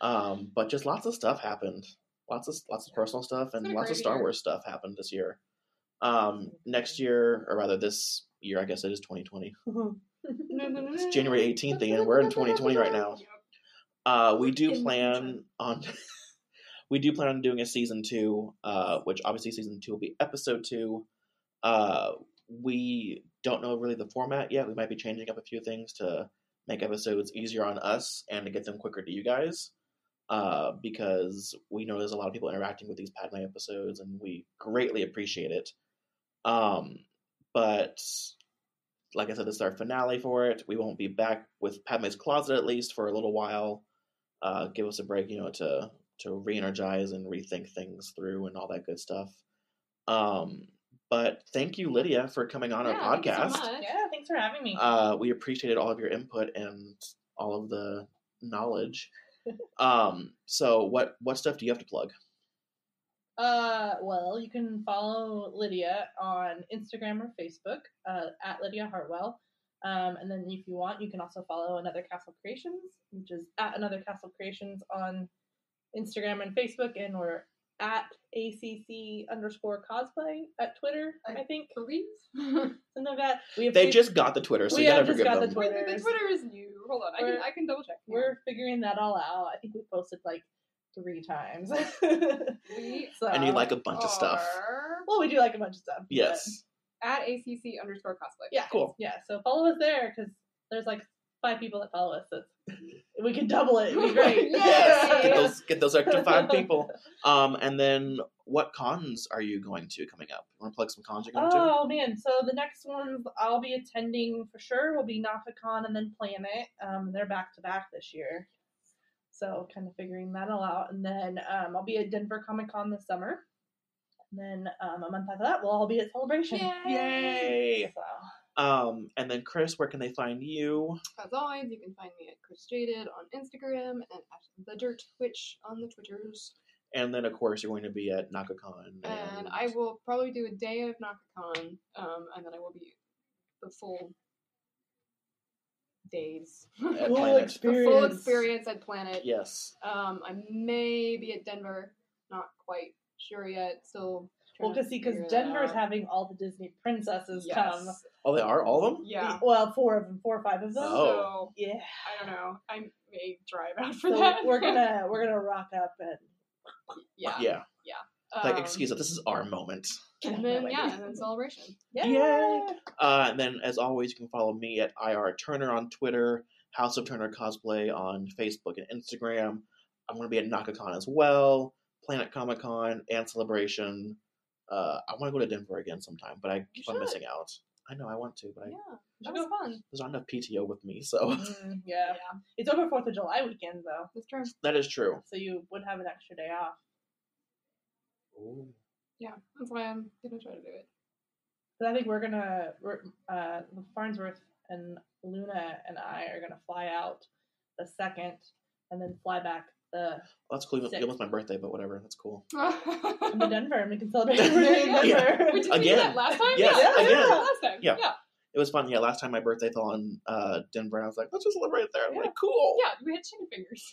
Speaker 3: um but just lots of stuff happened lots of lots of personal stuff and
Speaker 5: been a
Speaker 3: lots of
Speaker 5: crazy
Speaker 3: star
Speaker 5: year.
Speaker 3: wars stuff happened this year um next year or rather this year i guess it is 2020
Speaker 5: it's
Speaker 3: it's January 18th and we're in 2020 right now. Uh, we do plan on <laughs> we do plan on doing a season two, uh, which obviously season two will be episode two. Uh, we don't know really the format yet. We might be changing up a few things to make episodes easier on us and to get them quicker to you guys. Uh, because we know there's a lot of people interacting with these Padme episodes, and we greatly appreciate it. Um, but like I said, this is our finale for it. We won't be back with Padme's Closet at least for a little while. Uh, give us a break, you know, to to re-energize and rethink things through and all that good stuff. Um, but thank you, Lydia, for coming on our
Speaker 4: thank you so
Speaker 3: podcast.
Speaker 4: much. Yeah, thanks for having me.
Speaker 3: Uh, we appreciated all of your input and all of the
Speaker 4: <laughs>
Speaker 3: knowledge. um, so what what stuff do you have to plug?
Speaker 4: Uh, well, you can follow Lydia on Instagram or Facebook uh, at Lydia Hartwell. Um, and then if you want, you can also follow Another Castle Creations, which is at Another Castle Creations on Instagram and Facebook. And we're at ACC underscore cosplay at Twitter, I, think.
Speaker 5: Believe?
Speaker 4: Something like that. We
Speaker 3: They just got the Twitter, so
Speaker 4: we
Speaker 3: you
Speaker 4: have
Speaker 3: gotta
Speaker 4: just
Speaker 3: forgive
Speaker 4: got
Speaker 3: them.
Speaker 4: the
Speaker 5: Wait, the,
Speaker 4: Twitter.
Speaker 5: the Twitter is new. Hold on, I can
Speaker 4: We're-
Speaker 5: I can double check.
Speaker 4: We're figuring that all out. I think we posted like three times. <laughs>
Speaker 5: We
Speaker 4: so,
Speaker 3: And you like a bunch of stuff.
Speaker 5: are
Speaker 4: Well, we do like a bunch of stuff. but-
Speaker 3: Yes.
Speaker 5: at ACC underscore cosplay.
Speaker 4: Yeah.
Speaker 5: <laughs>
Speaker 3: Cool.
Speaker 4: Yeah. So follow us there because there's like five people that follow us. So it's- we could double it. It'd be great.
Speaker 3: Yes, <laughs> get those get those extra five <laughs> people. Um, and then what cons are you going to coming up? Want to plug some cons you're going to?
Speaker 4: Oh man! So the next ones I'll be attending for sure will be NakaCon and then Planet. Um, they're back to back this year, so kind of figuring that all out. And then um, I'll be at Denver Comic Con this summer. And then um, a month after that, we'll all be at Celebration.
Speaker 3: Yay!
Speaker 4: So
Speaker 3: Um, and then Chris, where can they find you?
Speaker 5: As always, you can find me at Chris Jaded on Instagram and at the Dirt Twitch on the Twitters.
Speaker 3: And then of course you're going to be at NakaCon.
Speaker 5: And I will probably do a day of NakaCon, um, and then I will be the full days.
Speaker 3: At
Speaker 4: Full
Speaker 3: Planet.
Speaker 5: The full
Speaker 4: experience.
Speaker 5: experience at Planet.
Speaker 3: Yes.
Speaker 5: Um, I may be at Denver. Not quite sure yet. Still.
Speaker 4: well,
Speaker 5: trying to
Speaker 4: because see, because
Speaker 5: figure that
Speaker 4: Denver's
Speaker 5: out.
Speaker 4: having all the Disney princesses
Speaker 5: Yes.
Speaker 4: come.
Speaker 3: Oh, they are all of them.
Speaker 5: Yeah.
Speaker 4: Well, four of them, four or five of them.
Speaker 3: Oh.
Speaker 5: So
Speaker 4: Yeah.
Speaker 5: I don't know. I may drive out for
Speaker 4: So
Speaker 5: that.
Speaker 4: we're
Speaker 5: <laughs>
Speaker 4: gonna we're gonna rock up and
Speaker 5: Yeah.
Speaker 3: Yeah.
Speaker 5: Yeah.
Speaker 3: Like,
Speaker 5: Um,
Speaker 3: excuse us, this is our moment.
Speaker 5: And then yeah, and then celebration.
Speaker 4: yeah.
Speaker 3: Uh, and then, as always, you can follow me at IR Turner on Twitter, House of Turner Cosplay on Facebook and Instagram. I'm going to be at NakaCon as well, Planet Comic Con, and Celebration. Uh, I want to go to Denver again sometime, but I keep on
Speaker 5: should.
Speaker 3: missing out. I know I want to, but I,
Speaker 5: That was fun.
Speaker 3: there's not enough PTO with me, so
Speaker 5: Mm-hmm.
Speaker 4: Mm, yeah. It's over Fourth of July weekend though.
Speaker 5: That's true.
Speaker 3: <laughs> that is true.
Speaker 4: So you would have an extra day off.
Speaker 5: Yeah, that's why I'm gonna try to do it.
Speaker 4: Because I think we're gonna we're, uh, Farnsworth and Luna and I are gonna fly out the second, and then fly back the.
Speaker 3: That's cool.
Speaker 4: sixth.
Speaker 3: It was my birthday, but whatever. That's cool.
Speaker 5: <laughs>
Speaker 4: to Denver, and we can <laughs> celebrate.
Speaker 5: There you go.
Speaker 4: Denver.
Speaker 3: Yeah.
Speaker 5: Wait, did we do
Speaker 3: Again.
Speaker 5: that last time?
Speaker 3: Yes,
Speaker 5: Yeah, we did
Speaker 3: again.
Speaker 5: that last time.
Speaker 3: Yeah.
Speaker 5: Yeah.
Speaker 3: It was fun. Yeah, last time my birthday fell on uh, Denver, and I was like, let's just celebrate there. I'm like, cool.
Speaker 5: Yeah, we had chicken
Speaker 3: <laughs>
Speaker 5: fingers.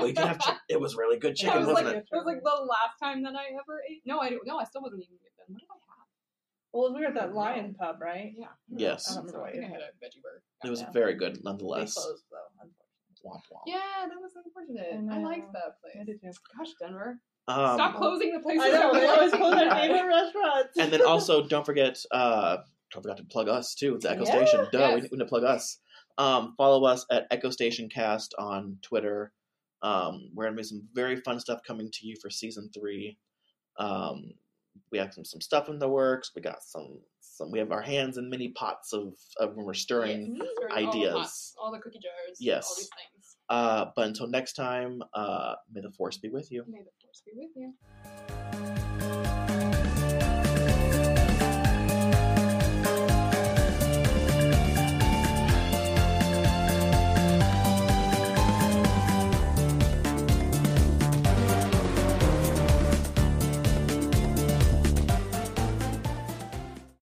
Speaker 3: we
Speaker 5: <laughs>
Speaker 3: did have chi- it was really good
Speaker 5: I
Speaker 3: chicken,
Speaker 5: was
Speaker 3: wasn't
Speaker 5: like,
Speaker 3: it?
Speaker 5: was like the last time that I ever ate. No, I don't. No, I still wasn't eating it then. What did I have?
Speaker 4: Well, we were at that Lion Pub, right?
Speaker 5: Yeah.
Speaker 3: Yes.
Speaker 4: I don't remember
Speaker 5: So I
Speaker 4: what you
Speaker 5: think I
Speaker 4: had.
Speaker 5: had a veggie burger.
Speaker 3: It was
Speaker 4: Yeah.
Speaker 3: very good,
Speaker 4: They
Speaker 3: nonetheless.
Speaker 4: closed though. unfortunately.
Speaker 3: Womp womp.
Speaker 5: Yeah, that was unfortunate. I,
Speaker 4: know.
Speaker 5: liked that place. Gosh, Denver.
Speaker 3: Um,
Speaker 5: Stop closing the places.
Speaker 4: I know,
Speaker 5: that
Speaker 4: they
Speaker 5: we
Speaker 4: always
Speaker 5: like.
Speaker 4: close our
Speaker 5: <laughs>
Speaker 4: favorite restaurants.
Speaker 3: and then also don't forget uh don't forget to plug us too it's
Speaker 4: Yeah.
Speaker 3: echo station duh we,
Speaker 4: Yes.
Speaker 3: we need to plug us um follow us at echo station cast on twitter um we're gonna be some very fun stuff coming to you for season three um we have some, some stuff in the works we got some some we have our hands in many pots of, of when we're stirring
Speaker 5: Yes, during all the
Speaker 3: ideas
Speaker 5: pots, all the cookie jars, all
Speaker 3: Yes.
Speaker 5: these things.
Speaker 3: uh but until next time uh may the force be with you
Speaker 5: May the force be with you.